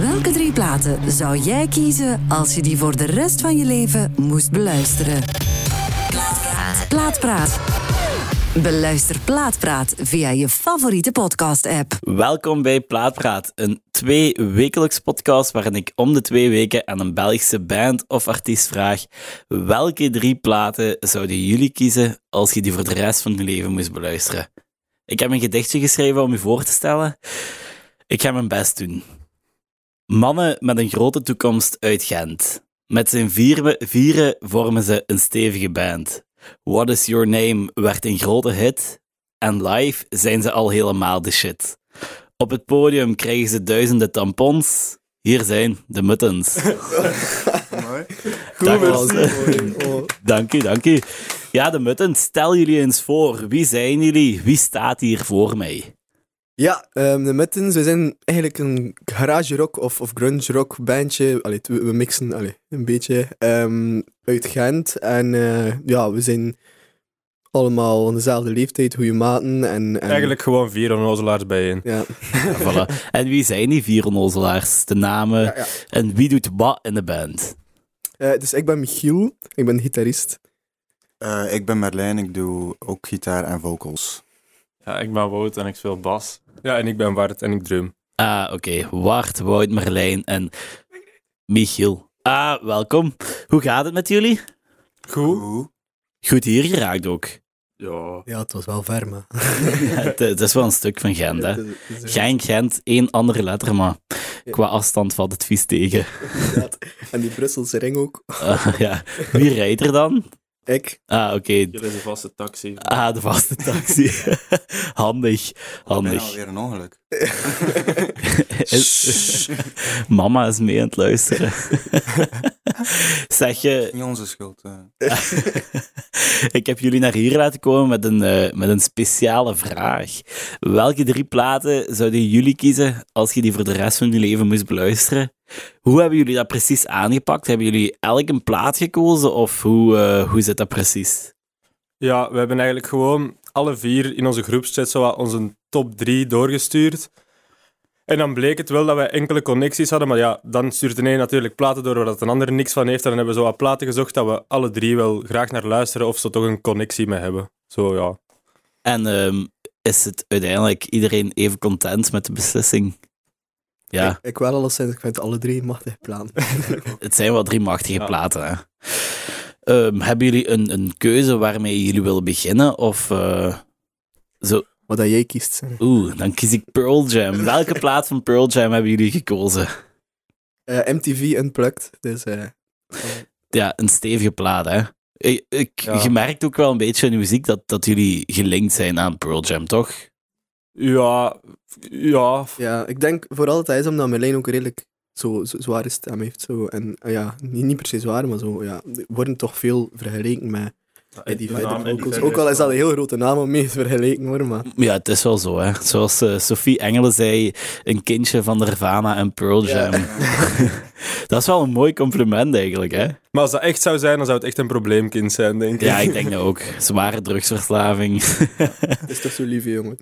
Welke drie platen zou jij kiezen als je die voor de rest van je leven moest beluisteren? Plaatpraat. Beluister Plaatpraat via je favoriete podcast-app. Welkom bij Plaatpraat, een twee-wekelijks podcast waarin ik om de twee weken aan een Belgische band of artiest vraag welke drie platen zouden jullie kiezen als je die voor de rest van je leven moest beluisteren. Ik heb een gedichtje geschreven om u voor te stellen. Ik ga mijn best doen. Mannen met een grote toekomst uit Gent. Met zijn vieren, vieren vormen ze een stevige band. What is Your Name werd een grote hit. En live zijn ze al helemaal de shit. Op het podium krijgen ze duizenden tampons. Hier zijn de muttons. Dag, Walter. eh. Dank u, dank u. Ja, de muttons, stel jullie eens voor. Wie zijn jullie? Wie staat hier voor mij? Ja, ehm, de Mittens, we zijn eigenlijk een garage rock of, of grunge rock bandje. Allee, we, we mixen allee, een beetje ehm, uit Gent. En eh, ja, we zijn allemaal van dezelfde leeftijd, goede maten. En, en- Eigenlijk gewoon vier onnozelaars bijeen. Ja, Ja, voilà. En wie zijn die vier onnozelaars? De namen. ja, ja. En wie doet wat in de band? Eh, dus ik ben Michiel, ik ben gitarist. Eh, ik ben Merlijn, ik doe ook gitaar en vocals. Ja, ik ben Wout en ik speel bas. Ja, en ik ben Wart en ik drum. Ah, oké. Wart, Wout, Merlijn en Michiel. Ah, welkom. Hoe gaat het met jullie? Goed. Hoe? Goed hier geraakt ook. Ja. Ja, het was wel ver, maar... Ja, het, eh, het is wel een stuk van Gent, hè. Het is- het is- Genk, Gent, één andere letter, maar qua afstand valt het vies tegen. inderdaad. En die Brusselse ring ook. Ah, ja. Wie rijdt er dan? Ik. Ah, oké. Hier is een vaste taxi. Ah, de vaste taxi. handig, Bijna handig. alweer een ongeluk. Is- Mama is mee aan het luisteren. zeg je, Niet onze schuld. eh. ik heb jullie naar hier laten komen met een, eh, met een speciale vraag. Welke drie platen zouden jullie kiezen als je die voor de rest van je leven moest beluisteren? Hoe hebben jullie dat precies aangepakt? Hebben jullie elk een plaat gekozen of hoe, eh, hoe zit dat precies? Ja, we hebben eigenlijk gewoon alle vier in onze groepschat zo wat onze top drie doorgestuurd. En dan bleek het wel dat wij enkele connecties hadden, maar ja, dan stuurt een een natuurlijk platen door waar dat een ander niks van heeft. En dan hebben we zo wat platen gezocht dat we alle drie wel graag naar luisteren of ze toch een connectie mee hebben. Zo ja. En ehm, is het uiteindelijk iedereen even content met de beslissing? Ja. Ik, ik wel alleszins, ik vind alle drie een machtig plan. Het zijn wel drie machtige platen. Hè? Ehm, hebben jullie een, een keuze waarmee jullie willen beginnen? Of. eh, Wat dat jij kiest. Oeh, dan kies ik Pearl Jam. Welke plaat van Pearl Jam hebben jullie gekozen? Eh, MTV Unplugged, dus... eh, Ja, een stevige plaat, hè? Ik, ik, Ja. Je merkt ook wel een beetje in de muziek dat, dat jullie gelinkt zijn aan Pearl Jam, toch? Ja, ja. Ja, ik denk vooral dat hij is omdat Merlijn ook redelijk zo, zo zware stem heeft. Zo. En eh, ja, niet, niet per se zwaar, maar zo, ja, die worden toch veel vergeleken met Eddie de Vedder naam Eddie vocals. Vedder Ook al is wel- dat een heel grote naam om mee te vergeleken worden, maar Ja, het is wel zo, hè? Zoals eh, Sophie Engelen zei, een kindje van Nirvana en Pearl Ja. Jam. dat is wel een mooi compliment, eigenlijk, hè? Maar als dat echt zou zijn, dan zou het echt een probleemkind zijn, denk ik. Ja, ik denk dat ook. Zware drugsverslaving. het is toch zo lief, hè, jongen.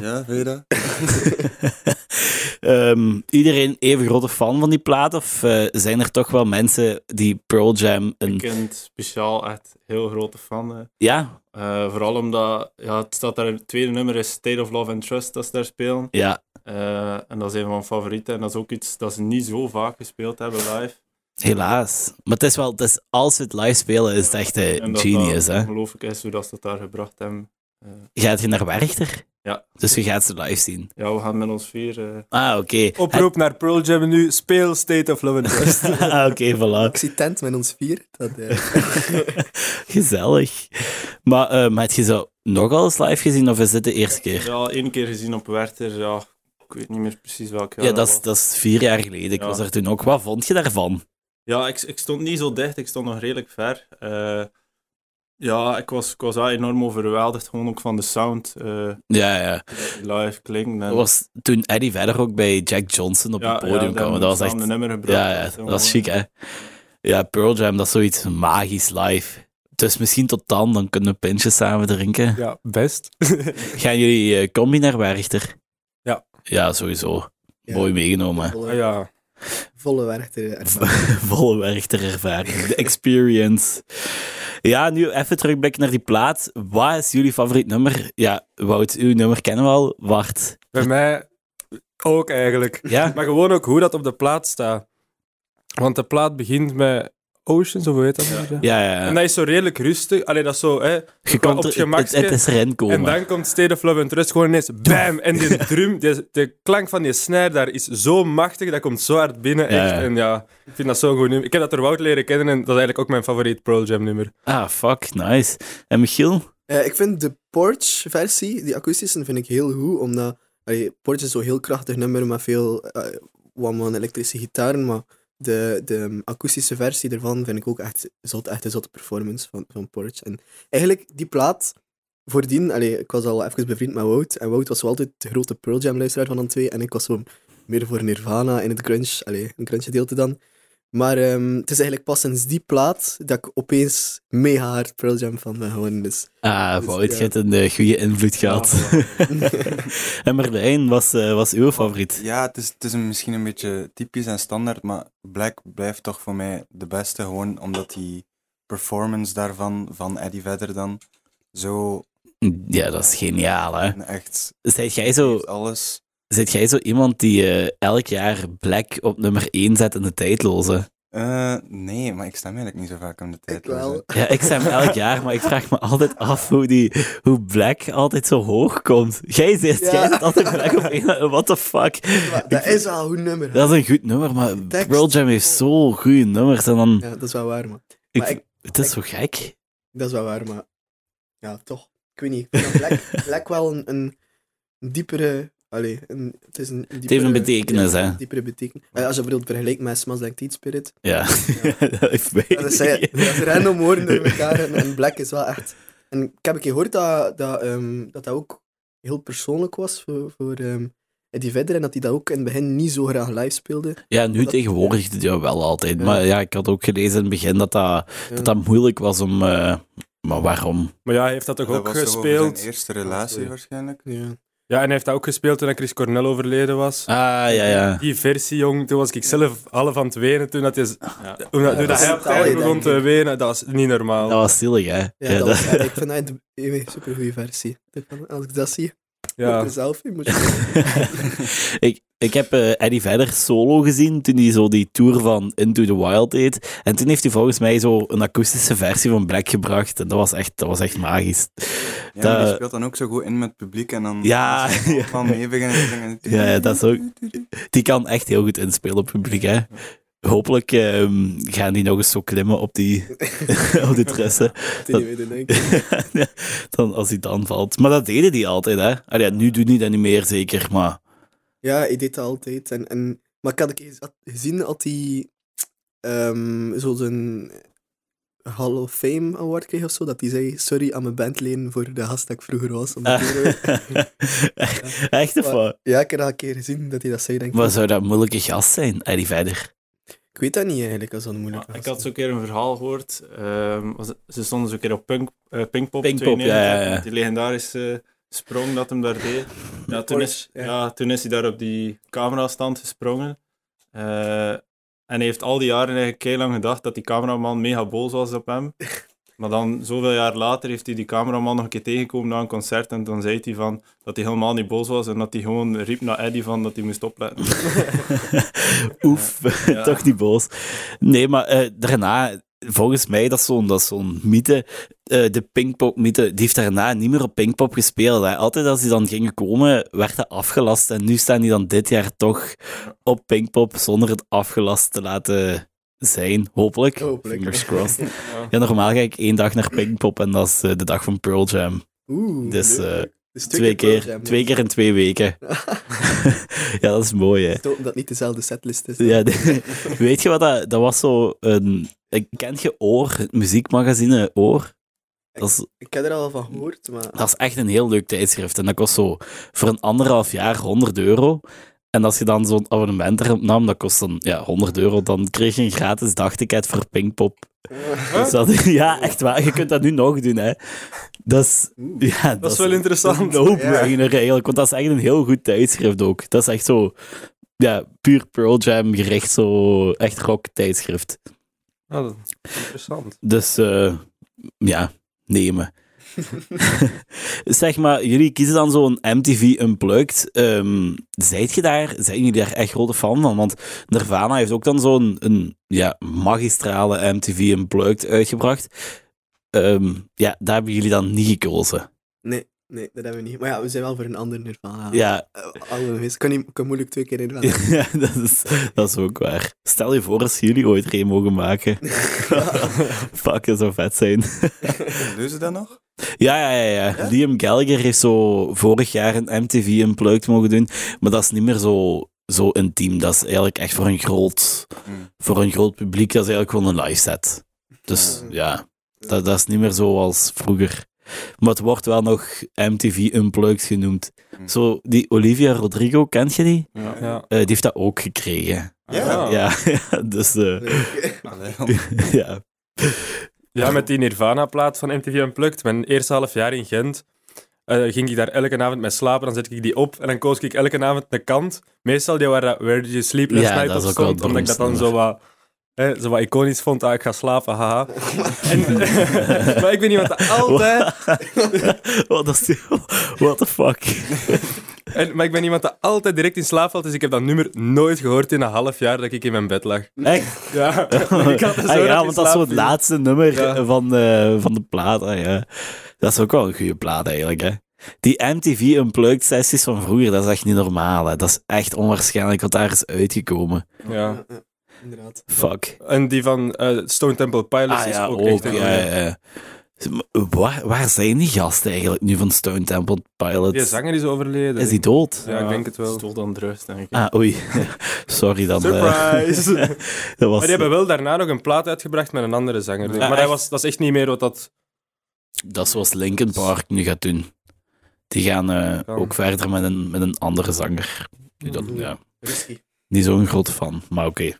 ja, vind je dat? Ehm, iedereen even grote fan van die plaat? Of eh, zijn er toch wel mensen die Pearl Jam... Ik Een... ben speciaal echt heel grote fan. hè. Ja? Eh, vooral omdat ja, het staat daar, het tweede nummer is State of Love and Trust dat ze daar spelen. Ja. Eh, en dat is een van mijn favorieten. En dat is ook iets dat ze niet zo vaak gespeeld hebben live. Helaas. Maar het is wel... Het is, als we het live spelen, is het echt eh, En dat genius, dat hè? Ongelooflijk is hoe dat ze dat daar gebracht hebben. Gaat je naar Werchter? Ja. Dus je gaat ze live zien. Ja, we gaan met ons vier. eh, Ah, oké. Oproep naar Pearl Jam nu, speel State of Love and Trust. Ah, oké, voilà. Ik zie tent met ons vier. Dat, eh, Gezellig. Maar ehm had je zo nog al eens live gezien, of is dit de eerste keer? Ja, één keer gezien op Werther. Ja, ik weet niet meer precies welk Ja, jaar dat, is, was. dat is vier jaar geleden. Ik Ja. was er toen ook. Wat vond je daarvan? Ja, ik, ik stond niet zo dicht, ik stond nog redelijk ver. Eh, ja, ik was, ik was wel enorm overweldigd, gewoon ook van de sound, eh, Ja, ja. live klinken. En, Dat was toen Eddie verder ook bij Jack Johnson op het podium daar kwam. Dat hebben we was samen echt... een nummer gebracht. Ja, ja, echt, dat was gewoon. chic, hè? Ja, Pearl Jam, dat is zoiets magisch live. Dus misschien tot dan, dan kunnen we pintjes samen drinken. ja, best. Gaan jullie eh, combi naar Werchter? Ja. Ja, sowieso. Ja. Mooi meegenomen. wel, eh, Ah, Ja, Volle werchter. volle werchter ervaring. De experience. Ja, nu even terugblikken naar die plaat. Wat is jullie favoriet nummer? Ja, Wout, uw nummer kennen we al. Wart. Bij mij ook eigenlijk. Ja? Maar gewoon ook hoe dat op de plaat staat. Want de plaat begint met Oceans, of hoe heet dat? Ja. Ja, ja. En dat is zo redelijk rustig. Allee, dat is zo, hè. Je kan er- het, op je het gemakske. is erin komen. En dan komt State of Love and Trust gewoon ineens, bam! En die drum, die, de klank van die snare daar is zo machtig, dat komt zo hard binnen, Ja, echt. ja. En ja, ik vind dat zo'n goed nummer. Ik heb dat door Wout leren kennen en dat is eigenlijk ook mijn favoriet Pearl Jam nummer. Ah, fuck, nice. En Michiel? Eh, ik vind de Porch-versie, die akoestische, vind ik heel goed, omdat... Allee, Porch is zo'n heel krachtig nummer met veel eh, one-man elektrische gitaren, maar de, de mm, akoestische versie ervan vind ik ook echt, zot, echt een zotte performance van, van Porch. En eigenlijk, die plaat, voordien... Allee, ik was al even bevriend met Wout, en Wout was wel altijd de grote Pearl Jam-luisteraar van de twee, en ik was zo meer voor Nirvana in het grunge, allee, een grunge-gedeelte dan. Maar ehm, het is eigenlijk pas sinds die plaat dat ik opeens mega hard Pearl Jam van ben geworden. Dus Ah, Dus, Wout, ja. je hebt een eh, goede invloed gehad. en Merlijn, was, eh, was uw favoriet? Ja, het is, het is een- misschien een beetje typisch en standaard, maar Black blijft toch voor mij de beste. Gewoon omdat die performance daarvan, van Eddie Vedder dan, zo Ja, dat is geniaal, hè? en echt Zijt jij zo, heeft alles. zijt jij zo iemand die eh, elk jaar Black op nummer 1 zet in de tijdloze? Eh, nee, maar ik stem eigenlijk niet zo vaak om de tijd. wel. Ja, ik stem elk jaar, maar ik vraag me altijd af hoe, die, hoe Black altijd zo hoog komt. Jij zegt, Ja. jij zet altijd Black op 1, what the fuck? Maar dat is wel een goed nummer. Dat is een goed nummer, maar tekst. Pearl Jam heeft zo goede nummers. En dan, Ja, dat is wel waar, man. ik- maar ik- het is zo gek. Dat is wel waar, maar... Ja, toch. Ik weet niet. Ik vind dat Black, Black wel een, een diepere... Allee, een, het is een diepere... heeft een betekenis, ja, hè? een diepere betekenis. Eh, Als je bijvoorbeeld vergelijkt met Smells Like Teen Spirit. Ja, dat heeft mij- Dat is, eh, dat is random woorden door elkaar. En, en Black is wel echt... En ik heb een keer gehoord dat dat, ehm, dat, dat ook heel persoonlijk was voor, voor ehm, Eddie Vedder. En dat hij dat ook in het begin niet zo graag live speelde. Ja, nu Dat- tegenwoordig doet hij dat wel altijd. Ja. Maar ja, ik had ook gelezen in het begin dat dat, dat, dat moeilijk was om... eh, maar waarom? Maar ja, hij heeft dat toch dat ook was toch over gespeeld? zijn eerste relatie Oh, Sorry. waarschijnlijk. Ja. Ja, en hij heeft dat ook gespeeld toen Chris Cornell overleden was. Ah, ja, ja. Die versie, jong, toen was ik zelf half aan het wenen. Toen, dat is, toen, dat- toen dat dat hij is op het einde taai, begon denk te ik. wenen, dat was niet normaal. Dat was zielig, hè? Ja, Ja, dat dat- was- ja, ik vind dat een supergoeie versie. Als ik dat zie, ja. ja. er zelf in. Moet je... ik, ik heb eh, Eddie Vedder solo gezien toen hij zo die tour van Into the Wild deed. En toen heeft hij volgens mij zo een akoestische versie van Black gebracht. En dat was echt, dat was echt magisch. Ja, maar Dat- die speelt dan ook zo goed in met het publiek en dan Ja, dan ja. van mee beginnen te zingen. Ja, ja, dat is ook- Die kan echt heel goed inspelen op publiek, hè? Hopelijk ehm, gaan die nog eens zo klimmen op die, op die tressen. Die niet weten, denk ik. dan, als hij dan valt. Maar dat deden die altijd, hè? Allee, ja, nu doen die dat niet meer, zeker. Maar Ja, ik deed dat altijd. En, en, maar ik had een keer gez- had gezien dat hij ehm zo zijn Hall of Fame award kreeg of zo. Dat hij zei: Sorry aan mijn bandleden voor de gast dat ik vroeger was. om dat te doen." echt of wat? ja, ik heb dat een keer gezien dat hij dat zei. Denk ik. Maar zou dat een moeilijke gast zijn, Eddie Vedder? Ik weet dat niet eigenlijk als dat een moeilijk Ja, was. ik had zo'n keer een verhaal gehoord. ehm, was- ze stonden zo'n keer op punk, eh, Pinkpop. Pinkpop, 92, ja, ja, ja. Die legendarische sprong dat hem daar deed. Ja, toen, is, Ja. ja. toen is hij daar op die camerastand gesprongen. Eh, en hij heeft al die jaren eigenlijk keilang gedacht dat die cameraman mega boos was op hem. Maar dan, zoveel jaar later, heeft hij die cameraman nog een keer tegengekomen na een concert. En dan zei hij van dat hij helemaal niet boos was. En dat hij gewoon riep naar Eddie van dat hij moest opletten. Oef, toch niet boos. Nee, maar eh, daarna, volgens mij, dat is zo'n dat is zo'n mythe, eh, de Pinkpop-mythe, die heeft daarna niet meer op Pinkpop gespeeld. Hè. Altijd als die dan gingen komen, werd dat afgelast. En nu staan die dan dit jaar toch op Pinkpop zonder het afgelast te laten zijn. Hopelijk. Hopelijk. Fingers crossed. Ja, normaal ga ik één dag naar Pinkpop en dat is eh, de dag van Pearl Jam. Oeh, Dus, leuk. eh, Dus Twee keer, Pearl Jam, dus. twee keer in twee weken. ja, dat is mooi, hè. Ik hoop dat het niet dezelfde setlist is. Ja, de- weet je wat dat, dat was zo een... Kent je Oor, het muziekmagazine Oor? Dat is, Ik heb er al van gehoord, maar. dat is echt een heel leuk tijdschrift. En dat kost zo voor een anderhalf jaar 100 euro. En als je dan zo'n abonnement erop nam, dat kost dan ja, 100 euro. Dan kreeg je een gratis dagticket voor Pinkpop. Dus dat- ja, echt waar. Je kunt dat nu nog doen, hè. Dat is... Ja, dat, is wel interessant. Een no-brainer eigenlijk, want dat is echt een heel goed tijdschrift ook. Dat is echt zo ja, puur Pearl Jam gericht, zo echt rock tijdschrift. Ah, dat is interessant. Dus eh, ja, nemen. zeg maar, jullie kiezen dan zo'n MTV Unplugged. Ehm zijt je daar, zijn jullie daar echt grote fan van? Want Nirvana heeft ook dan zo'n een, ja, magistrale MTV Unplugged uitgebracht. Ehm, ja, daar hebben jullie dan niet gekozen. Nee, nee, dat hebben we niet. Maar ja, we zijn wel voor een ander Nirvana. Ja, Eh, Alle geweest. Ik kan, niet, ik kan moeilijk twee keer Nirvana. Ja, dat is, dat is ook waar. Stel je voor als jullie ooit er een mogen maken. Fuck, dat zou vet zijn. Doen ze dat nog? Ja, ja, ja, ja. Ja? Liam Gallagher heeft zo vorig jaar een MTV Unplugged mogen doen, maar dat is niet meer zo, zo intiem. Dat is eigenlijk echt voor een, groot, Mm. voor een groot publiek, dat is eigenlijk gewoon een live set. Dus Ja. ja, dat, dat is niet meer zo als vroeger. Maar het wordt wel nog MTV Unplugged genoemd. Mm. Zo, die Olivia Rodrigo, kent je die? Ja. Ja. Eh, die heeft dat ook gekregen. Ja. Ah. Ja, dus... eh, Nee. Allee, dan- ja. Ja, met die Nirvana-plaat van MTV Unplugged. Mijn eerste half jaar in Gent eh, ging ik daar elke avond mee slapen. Dan zet ik die op en dan koos ik elke avond een kant. Meestal die waar dat Where Did You Sleep Last Ja, Night dat op is ook wel stond, omdat ik dat dan zo wat, eh, zo wat iconisch vond. Ah, ik ga slapen, haha. En, maar ik weet niet wat dat altijd... Wat is die? What the fuck? En, maar ik ben iemand dat altijd direct in slaap valt, dus ik heb dat nummer nooit gehoord in een half jaar dat ik in mijn bed lag. Echt? Ja, ik had Ah, ja, want dat is zo het laat. laatste nummer Ja. eh, van, eh, van de plaat. ah, ja. Dat is ook wel een goede plaat eigenlijk. Hè. Die MTV Unplugged sessies van vroeger, dat is echt niet normaal. Hè. Dat is echt onwaarschijnlijk wat daar is uitgekomen. Ja. Inderdaad. Fuck. En die van eh, Stone Temple Pilots Ah is ja, ook, ook. echt een ja, goeie. ja, ja. Waar, waar zijn die gasten eigenlijk nu van Stone Temple Die Pilots? zanger is overleden. Is die dood? Ja, ik denk het wel. Stoel dan druist, denk ik. Ah, oei. Sorry dan. eh. Surprise! maar dat was, die hebben wel daarna nog een plaat uitgebracht met een andere zanger. Ja, maar hij echt. was, dat is echt niet meer wat dat... Dat is zoals Linkin Park nu gaat doen. Die gaan eh, Kan. ook verder met een, met een andere zanger. Die dat, Mhm. ja, Risky. niet zo'n grote fan, maar oké.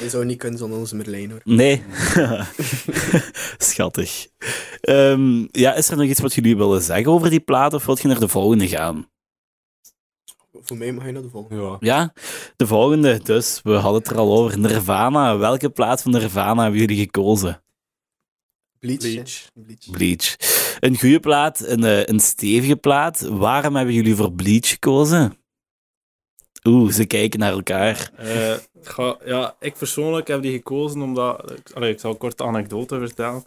Je zou niet kunnen zonder onze Merlijn hoor. Nee. Schattig. Ehm, ja, is er nog iets wat jullie willen zeggen over die plaat of wilt je naar de volgende gaan? Voor mij mag je naar de volgende. Ja. Ja, de volgende. Dus, we hadden het er al over. Nirvana. Welke plaat van Nirvana hebben jullie gekozen? Bleach. hè? Bleach. Bleach. Bleach. Een goede plaat, een, eh, een stevige plaat. Waarom hebben jullie voor Bleach gekozen? Oeh, ze kijken naar elkaar. Eh, ga- ja, ik persoonlijk heb die gekozen omdat... ik- Allee, ik zal een korte anekdote vertellen.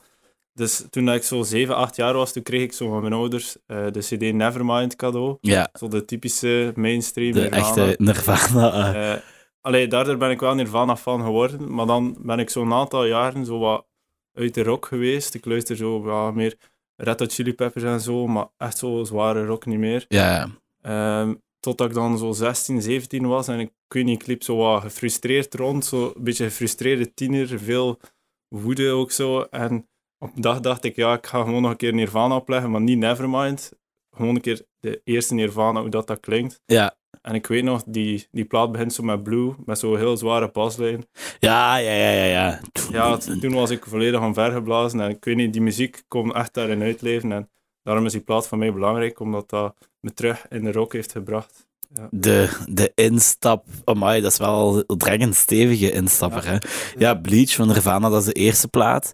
Dus toen dat ik zo 7, 8 jaar was, toen kreeg ik zo van mijn ouders eh, de CD Nevermind cadeau. Ja, Zo de typische mainstream. de Nirvana. echte Nirvana. eh. Eh, allee, daardoor ben ik wel Nirvana fan geworden, maar dan ben ik zo'n aantal jaren zo wat uit de rock geweest. Ik luister zo ja, meer Red Hot Chili Peppers en zo, maar echt zo zware rock niet meer. Ja, Ehm, totdat ik dan zo 16, 17 was en ik, ik weet niet, ik liep zo wat gefrustreerd rond, zo een beetje gefrustreerde tiener, veel woede ook zo. En op een dag dacht ik, ja, ik ga gewoon nog een keer Nirvana opleggen, maar niet Nevermind. Gewoon een keer de eerste Nirvana, hoe dat, dat klinkt. ja, En ik weet nog, die, die plaat begint zo met Blue, met zo'n heel zware baslijn. ja, ja, ja, ja. ja. Ja, t- toen was ik volledig omvergeblazen en ik weet niet, die muziek kon echt daarin uitleven. En daarom is die plaat voor mij belangrijk, omdat dat me terug in de rock heeft gebracht. De, de instap, amai, dat is wel een dringend stevige instapper. Hè? Ja, Bleach van Nirvana, dat is de eerste plaat.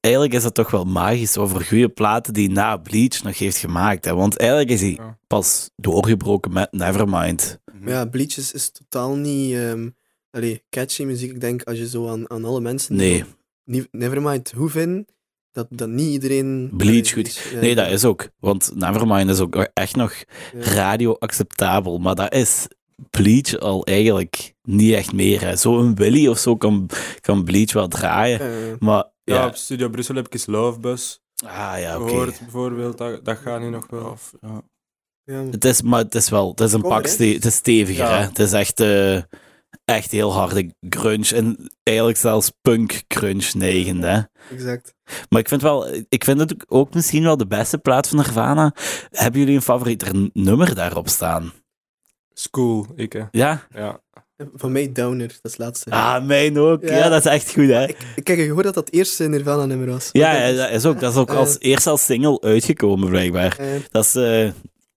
Eigenlijk is dat toch wel magisch over goede platen die na Bleach nog heeft gemaakt. Hè? Want eigenlijk is hij Ja. pas doorgebroken met Nevermind. Maar ja, Bleach is, is totaal niet ehm, allee, catchy muziek. Ik denk als je zo aan, aan alle mensen. Nee, Nie- Nevermind hoe vinden dat, dat niet iedereen. Bleach allee, goed. ja. nee, dat is ook. Want Nevermind is ook echt nog radio-acceptabel. Maar dat is Bleach al eigenlijk niet echt meer. hè. Zo'n Willy of zo kan, kan Bleach wel draaien. Eh, Maar Ja, ja, op Studio Brussel heb ik eens Lovebus ah, ja oké. gehoord, bijvoorbeeld. Dat, dat gaat nu nog wel. Of, ja. ja. Het is, maar het is wel, het is een Cover, pak hè? ste het is steviger. Ja. Hè? Het is echt, eh, echt heel harde grunge. En eigenlijk zelfs punk grunge neigend. Hè? exact. Maar ik vind, wel, ik vind het ook- ook misschien wel de beste plaat van Nirvana. Hebben jullie een favoriet n- nummer daarop staan? School, ik hè. Ja? Ja. Van mij Downer, dat is het laatste. Ah, mijn ook. Ja, Ja. dat is echt goed, hè? Ik Kijk, ik hoorde dat dat het eerste Nirvana-nummer was. Ja, Dat ja, is- dat is ook, dat is ook Eh. als, eerst als single uitgekomen, blijkbaar. eh, Dat is eh,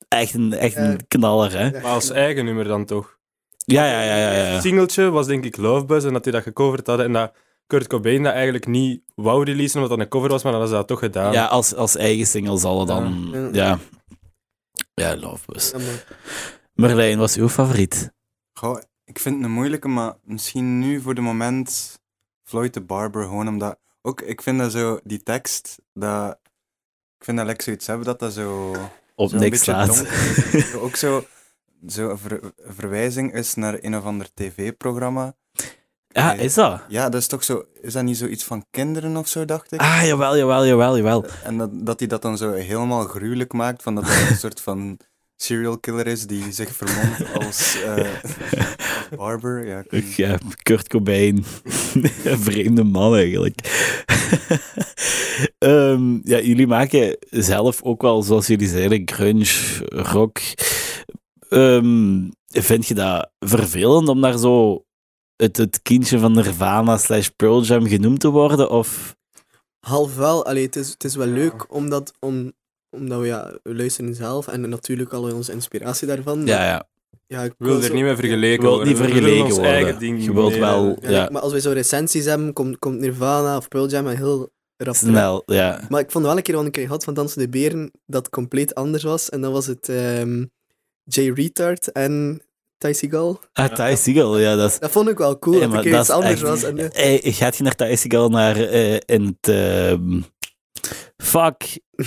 echt, een, echt Ja. een knaller, hè? ja. Maar als eigen nummer dan toch. Ja, ja, ja, ja. ja. Het singeltje was denk ik Love Buzz en dat die dat gecoverd hadden en dat Kurt Cobain dat eigenlijk niet wou releasen omdat dat een cover was, maar dan hadden ze dat toch gedaan. Ja, als, als eigen single zal het dan... Ja. Ja. Ja, Love Bus. Ja, maar- Merlijn, was uw favoriet? Goh, ik vind het een moeilijke, maar misschien nu voor de moment Floyd de Barber gewoon omdat... Ook, ik vind dat zo, die tekst, dat... Ik vind dat lekker zoiets hebben dat dat zo... Op Zo'n niks beetje laat. donker is. ook zo, zo een, ver- een verwijzing is naar een of ander tv-programma. Ja, Ah, is dat? Ja, dat is toch zo... Is dat niet zoiets van kinderen of zo, dacht ik? Ah, jawel, jawel, jawel, jawel. En dat, dat hij dat dan zo helemaal gruwelijk maakt, van dat hij een soort van serial killer is die zich vermomt als eh, barber. Ja, ik weet niet. Ja, Kurt Cobain. Een Vreemde man eigenlijk. Ehm, ja, jullie maken zelf ook wel, zoals jullie zeiden, grunge, rock. Ehm, vind je dat vervelend om daar zo het, het kindje van Nirvana slash Pearl Jam genoemd te worden? Of... Half wel, allee, het, is, het is wel leuk omdat, om, omdat we, ja, we luisteren zelf en natuurlijk al onze inspiratie daarvan. Ja, ja. ja ik Ik wil wil er zo- niet mee vergeleken Je wilt worden. niet We willen vergeleken ons worden. eigen ding Je wilt mee- wel- Ja, Ja. kijk, Maar als wij zo recensies hebben, komt, komt Nirvana of Pearl Jam en heel rap. Snel, ja. Maar ik vond wel een keer wat ik had van Dansen de Beren dat compleet anders was. En dat was het ehm Jay Retard en Ty Seagal. Ah, Ty Siegel, ja, dat is... Dat vond ik wel cool, Ja, dat het maar een keer dat iets is anders echt- was. En, eh, Hey, gaat je naar Ty Seagal naar eh, in het... ehm, fuck.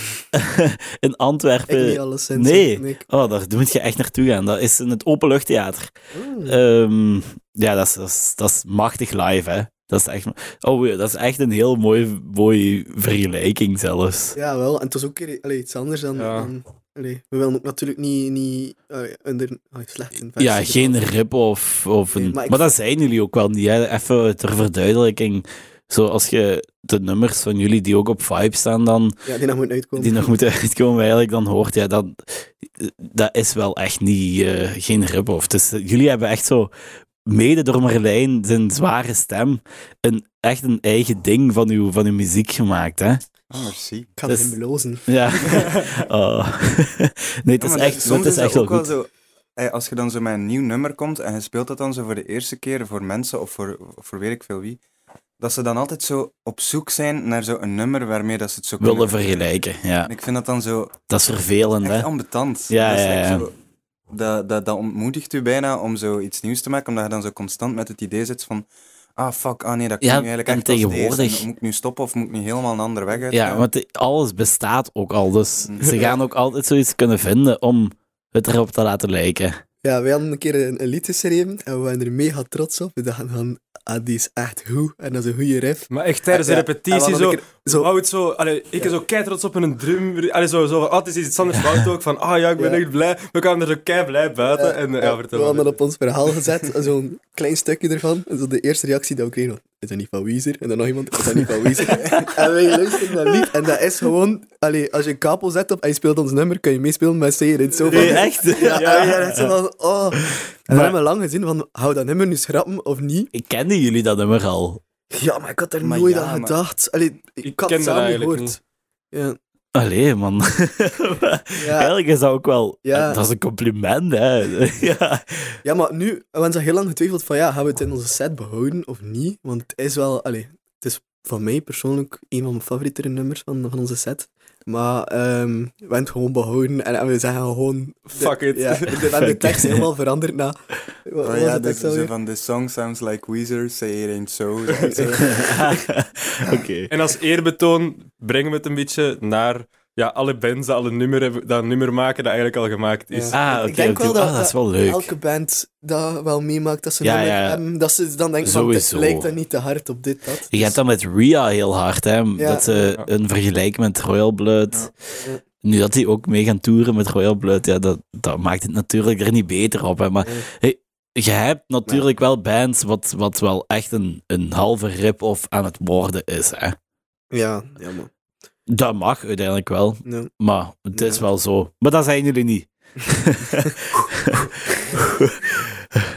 in ik Antwerpen. niet alles sinds. nee. vind ik. Oh, daar moet je echt naartoe gaan. Dat is in het Openluchttheater. Hmm. Ehm, ja, dat is, dat, is, dat is machtig live, hè. Dat is echt, oh, ja, dat is echt een heel mooie, mooie vergelijking zelfs. Ja, wel. En het was ook weer, allee, iets anders dan... Ja. dan- allee, we willen ook natuurlijk niet, niet allee, onder, allee, slecht in Ja, versie geen gevallen. rip of... of een, Nee, maar maar ik dat zijn jullie ook wel niet, hè. Even ter verduidelijking. Zo, als je de nummers van jullie die ook op Vibe staan dan... Ja, die nog moet uitkomen. die nog moeten uitkomen, eigenlijk dan hoort, ja, dat, dat is wel echt niet, eh, geen rip-off. Dus eh, jullie hebben echt zo, mede door Marlijn, zijn zware stem, een, echt een eigen ding van uw, van uw muziek gemaakt, hè? Ah, merci. Ik kan dus- hem belozen. Ja. Oh. Nee, het Ja, is maar echt, soms dat is echt wel ook goed. zo, eh, als je dan zo met een nieuw nummer komt en je speelt dat dan zo voor de eerste keer voor mensen of voor, voor weet ik veel wie, dat ze dan altijd zo op zoek zijn naar zo'n nummer waarmee dat ze het zo kunnen Willen vergelijken, ja. En ik vind dat dan zo Dat is vervelend, hè? echt ambetant. Ja, dat, is ja, echt ja. Zo, dat, dat, dat ontmoedigt u bijna om zo iets nieuws te maken, omdat je dan zo constant met het idee zit van ah fuck, ah nee, dat kan Ja, nu eigenlijk en echt als tegenwoordig- deze. Moet ik nu stoppen of moet ik nu helemaal een ander weg uit? Ja, want die- alles bestaat ook al, dus Mm. ze gaan ook altijd zoiets kunnen vinden om het erop te laten lijken. Ja, wij hadden een keer een, een lied geschreven en we waren er mega trots op. We dachten van, ah, die is echt goed. En dat is een goede riff. Maar echt tijdens de Ja, en we repetitie hadden zo... een keer zo- wou het zo allee, ik is zo kei trots op een drum. Allee, zo, zo, altijd is iets anders fout ook. Van, ah ja, ik ben Ja. echt blij. We kwamen er zo kei blij buiten. en, eh, ja, vertel we hadden maar. dat op ons verhaal gezet, zo'n klein stukje ervan. En zo de eerste reactie die we kregen, was, is dat niet van Weezer? En dan nog iemand, is dat niet van Weezer? en wij luisteren naar lied. En dat is gewoon, allee, als je een kapel zet op en je speelt ons nummer, kun je meespelen met Say It. Zo van, Nee, echt? Ja, ja, ja. dat is zo van, oh. En dan hebben we lang gezien van, hou dat nummer nu schrappen of niet? Ik kende jullie dat nummer al. Ja, maar ik had er Maar nooit ja, aan maar- gedacht. Allee, ik, Ik had ken het dat samen eigenlijk gehoord. niet. Ja. Allee, man. Ja. Eigenlijk is dat ook wel... Eh, Ja. Dat is een compliment, hè. ja. Ja, maar nu, we hebben zo heel lang getwijfeld van ja, gaan we het in onze set behouden of niet? Want het is wel, allee, het is van mij persoonlijk een van mijn favoriete nummers van, van onze set. Maar ehm, we hebben het gewoon behouden en, en we zeggen gewoon... Fuck it. Ja, we hebben de tekst helemaal veranderd na... Wat wat Oh was ja, de dat is tekst zo alweer? van, this song sounds like Weezer, say it ain't so. Zo. Oké. En als eerbetoon brengen we het een beetje naar ja, alle bands die al een nummer, hebben, dat een nummer maken dat eigenlijk al gemaakt is. Ah, oké. Ik denk oké. wel Ah, dat is wel leuk. elke band dat wel meemaakt dat ze Ja, nummer ja. hebben, dat ze dan denken van, het Sowieso. lijkt dat niet te hard op dit, dat. Dus- Je hebt dat met Ria heel hard, hè. Dat ze Ja. een vergelijk met Royal Blood... Nu dat die ook mee gaan toeren met Royal Blood, ja, dat, dat maakt het natuurlijk er niet beter op. Hè. Maar Nee. hey, je hebt natuurlijk wel bands wat, wat wel echt een, een halve rip-off aan het worden is. Hè. Ja, ja man. Dat mag uiteindelijk wel. No. Maar het is Ja. wel zo. Maar dat zijn jullie niet.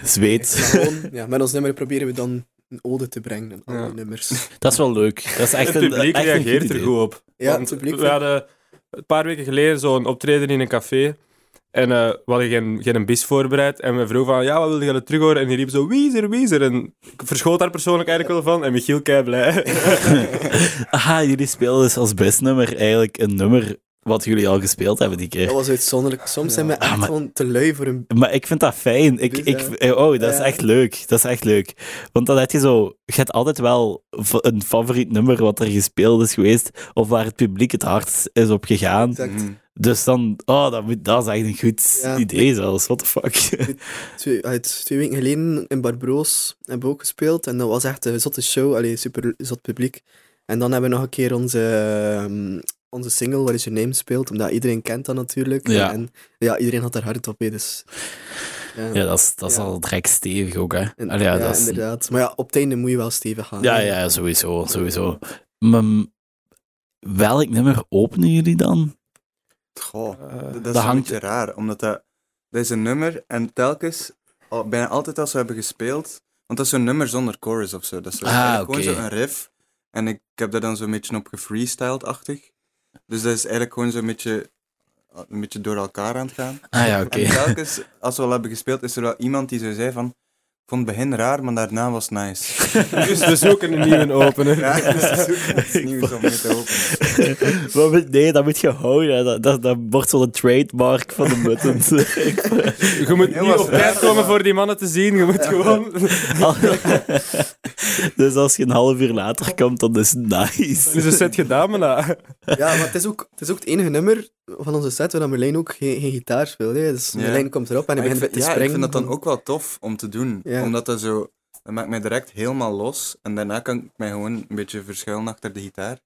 Zweet. Gewoon, ja, met ons nummer proberen we dan een ode te brengen aan alle Ja. nummers. Dat is wel leuk. Dat is echt het een, publiek echt een reageert goed er idee. goed op. Ja, Want het publiek we hadden een paar weken geleden zo'n optreden in een café. En eh, we hadden geen, geen bis voorbereid. En mijn vrouw van, ja, wat wil je terug horen? En die riep zo, Weezer, Weezer. En ik verschoot daar persoonlijk eigenlijk wel van. En Michiel kei blij. Aha, jullie spelen dus als bestnummer eigenlijk een nummer wat jullie al gespeeld hebben die Dat keer. was uitzonderlijk. Soms zijn we echt Ah, maar- gewoon te lui voor een... Maar ik vind dat fijn. Ik, Dus, ik, oh, dat is ja. echt leuk. Dat is echt leuk. Want dan heb je zo... Je hebt altijd wel v- een favoriet nummer wat er gespeeld is geweest, of waar het publiek het hardst is op gegaan. Exact. Mm. Dus dan... Oh, dat, moet, dat is echt een goed Ja. idee zelfs. What the fuck. Twee, allee, het is twee weken geleden in Barbaroos hebben we ook gespeeld. En dat was echt een zotte show. Allee, super zot publiek. En dan hebben we nog een keer onze, ehm, onze single, What is Your Name, speelt. Omdat iedereen kent dat natuurlijk. Ja. En ja, iedereen had er hard op mee, dus... Ja, Ja, dat is, dat is Ja. al direct stevig ook, hè. En- Allee, ja, dat is- inderdaad. Maar ja, op het einde moet je wel stevig gaan. ja, ja, sowieso, sowieso. Maar m, welk nummer openen jullie dan? Goh, Eh, dat, dat Eh, dat is een hangt- beetje raar, omdat dat, dat is een nummer en telkens, al- bijna altijd als we hebben gespeeld, want dat is zo'n nummer zonder chorus of zo. Dat is zo, Ah, eigenlijk oké. gewoon zo'n riff en ik, ik heb daar dan zo'n beetje op gefreestyled-achtig. Dus dat is eigenlijk gewoon zo'n beetje, eh, een beetje door elkaar aan het gaan. Ah ja, oké. En telkens, als we al hebben gespeeld, is er wel iemand die zo zei van, ik vond het begin raar, maar daarna was het nice. dus we zoeken een nieuwe opener. Ja, dus dat is ook iets nieuws om mee te openen. Maar moet- nee, dat moet je houden. hè. Dat, dat, dat wordt zo'n trademark van de Muttons. Je moet Heel niet wat op tijd raar, komen maar- voor die mannen te zien. Je moet gewoon... Al- dus als je een half uur later komt, dan is het Dan nice. is de set gedaan, maar na. Ja, maar het is, ook, het is ook het enige nummer van onze set waar Merlijn ook geen, geen gitaar speelt. Hè. Dus Ja. Merlijn komt erop en hij Maar begint met ik, vind, te ja, springen. ik vind dat dan ook wel tof om te doen. Ja. Omdat dat zo... Dat maakt mij direct helemaal los. En daarna kan ik mij gewoon een beetje verschuilen achter de gitaar.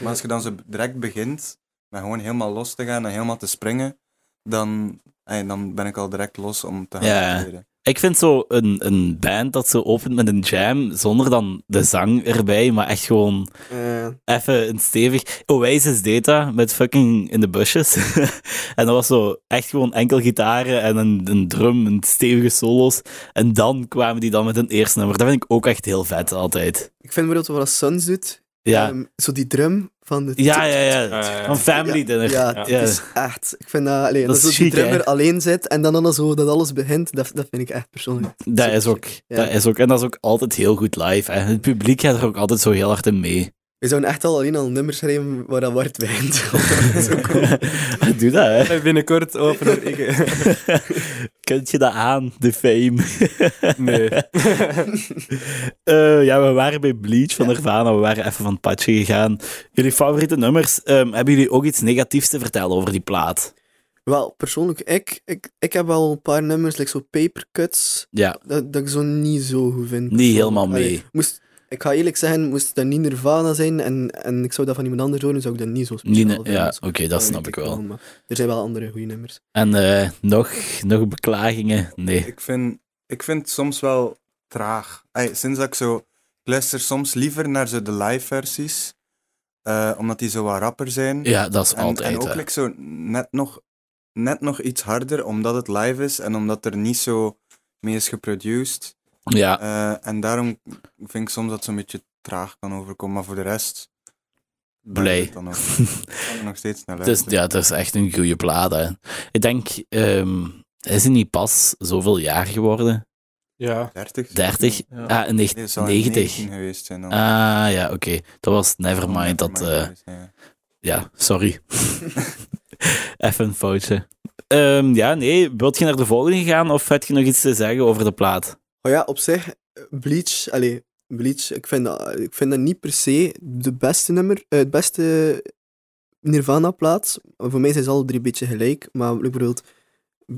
Maar als je dan zo direct begint met gewoon helemaal los te gaan en helemaal te springen, dan, ey, dan ben ik al direct los om te gaan Ja. spelen. Ik vind zo een, een band dat zo opent met een jam, zonder dan de zang erbij, maar echt gewoon Eh, even een stevig. Oasis deed dat met fucking in de busjes. en dat was zo echt gewoon enkel gitaren en een, een drum, een stevige solo's. En dan kwamen die dan met een eerste nummer. Dat vind ik ook echt heel vet altijd. ik vind bijvoorbeeld wat Suns doet, Ja, ehm, zo die drum van de... ja, ja. ja. ja. Van Family Dinner. Ja, Ja. het is echt. Ik vind dat, allee, Dat dat, is zo die chic, hè? drummer alleen zit en dan, dan zo dat alles begint, dat, dat vind ik echt persoonlijk. Dat is ook. Ja. Dat is ook. En dat is ook altijd heel goed live. Hè. Het publiek gaat er ook altijd zo heel hard in mee. We zouden echt al alleen al een nummer schrijven waar dat Bart begint. Doe dat, hè. En binnenkort opener ik... Kunt je dat aan, de fame? Nee. Eh, ja, we waren bij Bleach van Nirvana. We waren even van het padje gegaan. Jullie favoriete nummers. ehm, hebben jullie ook iets negatiefs te vertellen over die plaat? Wel, persoonlijk, ik, ik, ik heb al een paar nummers, like zo papercuts, Ja, dat, dat ik zo niet zo goed vind. niet helemaal Allee, mee. moest, ik ga eerlijk zeggen, moest dat niet Nirvana zijn en, en ik zou dat van iemand anders horen, zou ik dat niet zo speciaal Niet, ne- vinden. ja, Zo, oké, dat weet snap ik wel. maar er zijn wel andere goede nummers. En eh, nog, nog beklagingen? Nee. Ik vind, ik vind het soms wel traag. Ey, sinds dat ik zo... Ik luister soms liever naar zo de live versies. eh, omdat die zo wat rapper zijn. Ja, dat is En, en altijd. ook hè. like zo net nog, net nog iets harder, omdat het live is en omdat er niet zo mee is geproduced. Ja, Eh, en daarom vind ik soms dat het zo'n beetje traag kan overkomen, maar voor de rest... ben Blij. ik het Dan ook. kan er nog steeds naar het is, luisteren. ja, het is echt een goede plaat. hè. Ik denk, ehm, is hij niet pas zoveel jaar geworden? Ja. 30? 30? Ja. Ah, in Nee, het 90. zal in 19 geweest zijn. dan. Ah, ja, oké. Dat was Zal Nevermind. Dat, Nevermind eh, geweest zijn, ja. ja, sorry. Even een foutje. Ehm, ja, nee. Wilt je naar de volgende gaan of heb je nog iets te zeggen over de plaat? Oh ja, op zich, eh, Bleach, allee, Bleach, ik vind dat, ik vind dat niet per se de beste nummer, eh, het beste Nirvana-plaats. Voor mij zijn ze alle drie een beetje gelijk, maar ik bedoel,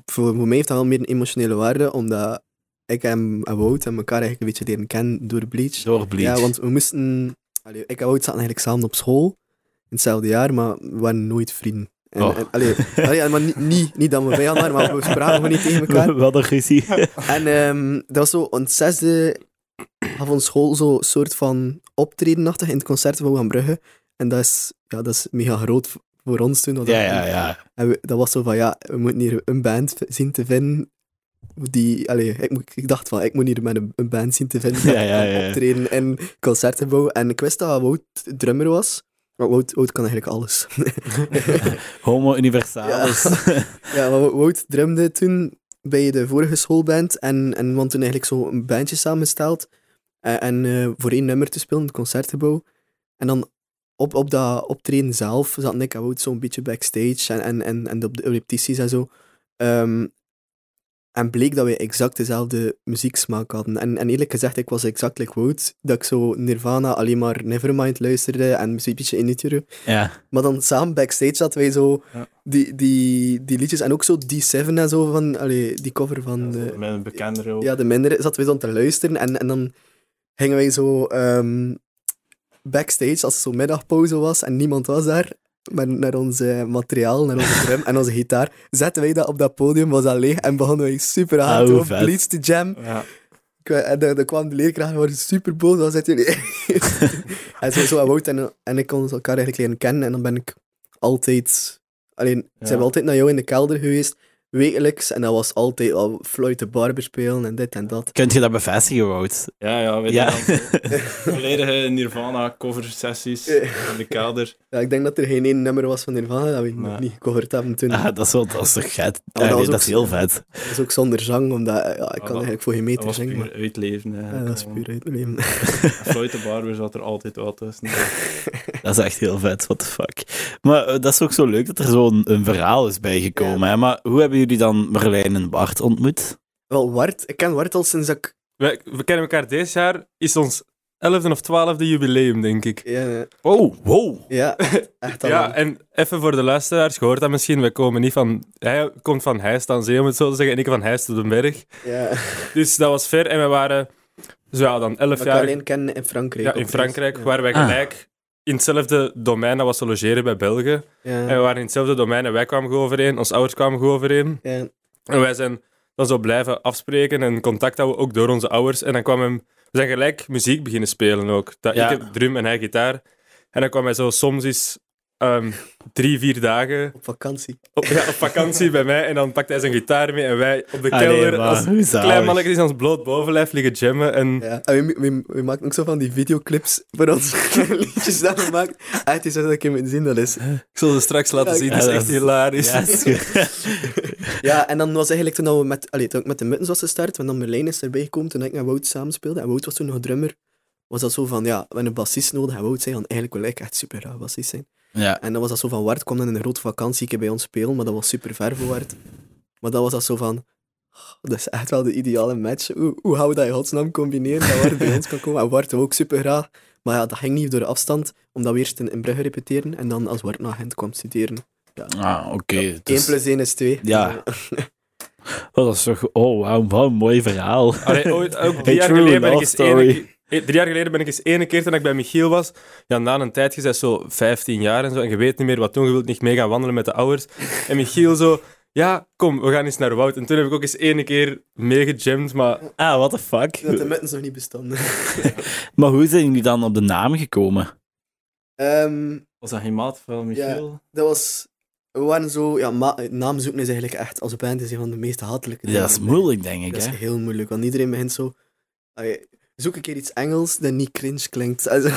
voor, voor mij heeft dat wel meer een emotionele waarde, omdat ik en, en Wout en elkaar eigenlijk een beetje leren kennen door Bleach. Door Bleach. Ja, want we moesten, allee, ik en Wout zaten eigenlijk samen op school, in hetzelfde jaar, maar we waren nooit vrienden. En, Oh. en- allee, allee, maar niet, niet, niet dat we vijanden waren, maar we spraken gewoon niet tegen elkaar. Wat een ruzie. En ehm, dat was zo ons zesde van school, zo'n soort van optredenachtig in het concert van Van Brugge. En dat is, ja, dat is mega groot voor ons toen. Dat ja, ja, ja. En we- dat was zo van, ja, we moeten hier een band v- zien te vinden. Die, allee, ik, moet- ik dacht van, ik moet hier met een, een band zien te vinden. dat Ja, ja, kan ja, ja. Optreden in concerten bouwen. En ik wist dat Wout drummer was. Maar Wout, Wout kan eigenlijk alles. Homo universalis. ja, maar Wout drumde toen bij de vorige schoolband. En, en want toen eigenlijk zo'n bandje samengesteld. En, en eh, voor één nummer te spelen in het concertgebouw. En dan op, op dat optreden zelf zat Nick en Wout zo'n beetje backstage. En, en, en, en op de repetities en zo. Ehm, en bleek dat we exact dezelfde muzieksmaak hadden. En, en eerlijk gezegd, ik was exact like Wout. Dat ik zo Nirvana alleen maar Nevermind luisterde en een beetje Inutero. ja. Maar dan samen backstage zaten wij zo Ja. die, die, die liedjes en ook zo die Seven en zo van, allee, die cover van de, Met een bekendere ook. ja, de mindere, zaten wij zo aan te luisteren en, en dan gingen wij zo ehm, backstage als het zo middagpauze was en niemand was daar. Maar naar ons eh, materiaal, naar onze drum en onze gitaar. Zetten wij dat op dat podium, was dat leeg en begonnen wij super hard Auw, over vet. Bleach te jam. Ja. Ik wa- En dan, dan kwam de leerkracht en was super boos. Dan zitten jullie. en zo, zo en Wout en, en ik konden elkaar eigenlijk leren kennen. En dan ben ik altijd. Alleen, Ja. zijn we altijd naar jou in de kelder geweest. Wekelijks. En dat was altijd al Floyd de Barber spelen en dit en dat. Kunt je dat bevestigen, Wout? Ja, ja, weet Ja. je wel. Volledige Nirvana cover sessies in de kelder. Ja, ik denk dat er geen één nummer was van Nirvana dat we nog Nee. niet gecoverd hebben toen. Ah, dat, is wel, dat is toch vet? dat Allee, was dat ook is zo. heel vet. Dat is ook zonder zang, omdat eh, ja, ik kan dat- eigenlijk voor geen Dat meter was zingen. puur uitleven. maar- Ja, eigenlijk, dat is gewoon. puur uitleven. Floyd de Barber zat er altijd wel tussen. Dat is echt heel vet, what the fuck. Maar eh, dat is ook zo leuk dat er zo'n een verhaal is bijgekomen. Hè? Maar hoe hebben jullie dan Merlijn en Bart ontmoet? Wel, Wart, ik ken Wart al sinds dat ik. We, we kennen elkaar dit jaar, is ons 11e of 12e jubileum, denk ik. Ja, Oh, wow. eh, ja echt al. Ja, en even voor de luisteraars, je hoort dat misschien, we komen niet van... Hij komt van Heist aan Zee, om het zo te zeggen, en ik van Heist op den Berg. ja. Dus dat was ver en we waren zo, ja, dan 11 Dat ik jaar alleen kennen in Frankrijk. ja, op in reis. Frankrijk, Ja. waar wij Ah. gelijk in hetzelfde domein, dat was te logeren bij België. Ja. En we waren in hetzelfde domein en wij kwamen goed overeen, onze ouders kwamen goed overeen. Ja, En wij zijn dan zo blijven afspreken en contact houden, ook door onze ouders. En dan kwam hem... We zijn gelijk muziek beginnen spelen ook. Dat, Ja. Ik heb drum en hij gitaar. En dan kwam hij zo soms eens ehm, drie, vier dagen op vakantie. op, ja, op vakantie bij mij. En dan pakte hij zijn gitaar mee en wij op de Allee, kelder maar als hoe zalig. klein mannetje in ons bloot bovenlijf liggen jammen. En Ja. En we, we, we maken ook zo van die videoclips voor ons liedjes dat we maken. Ah, het is zo dat ik je moet zien, dat is. ik zal ze straks laten Ja, zien, ja, dat is dat echt is- hilarisch. Ja, is goed. Ja, en dan was eigenlijk toen dat we met, allee, toen ik met de Muttens was gestart, want dan Merlijn is erbij gekomen toen ik met Wout samen speelde. En Wout was toen nog drummer. Was dat zo van, ja, we hebben een bassist nodig. En Wout zei dan, eigenlijk wil ik echt super graag bassist zijn. ja. En dan was dat zo van, Wart kwam dan in een grote vakantie een keer bij ons spelen, maar dat was super ver voor Wart. Maar dan was dat zo van, "Oh, dat is echt wel de ideale match. Hoe, hoe gaan we dat in godsnaam combineren, dat Wart bij ons kan komen? En Wart wou ook super graag. Maar ja, dat ging niet door de afstand, omdat we eerst in, in Brugge repeteren en dan als Wart naar Gent kwam studeren. Ah, oké. 1 dus- plus 1 is 2. Ja. Oh, dat is toch... Oh, wauw, wat een mooi verhaal. Allee, ooit- ook drie A jaar true geleden ben love ik eens story. ene ke- eh, Drie jaar geleden ben ik eens ene keer, toen ik bij Michiel was, ja, na een tijd, je bent zo 15 jaar en zo, en je weet niet meer wat doen, je wilt niet mee gaan wandelen met de ouders. En Michiel zo, ja, kom, we gaan eens naar Wout. En toen heb ik ook eens ene keer meegejamd, maar Ah, what the fuck. Dat de muttens nog niet bestonden. Maar hoe zijn jullie dan op de naam gekomen? Ehm, Was dat geen maat van Michiel? dat was... We waren zo... Ja, ma- naam zoeken is eigenlijk echt, als band, is een van de meest hatelijke Ja, dat is moeilijk, denk ik, Dat hè. is heel moeilijk, want iedereen begint zo... Allee, zoek een keer iets Engels dat niet cringe klinkt. Also,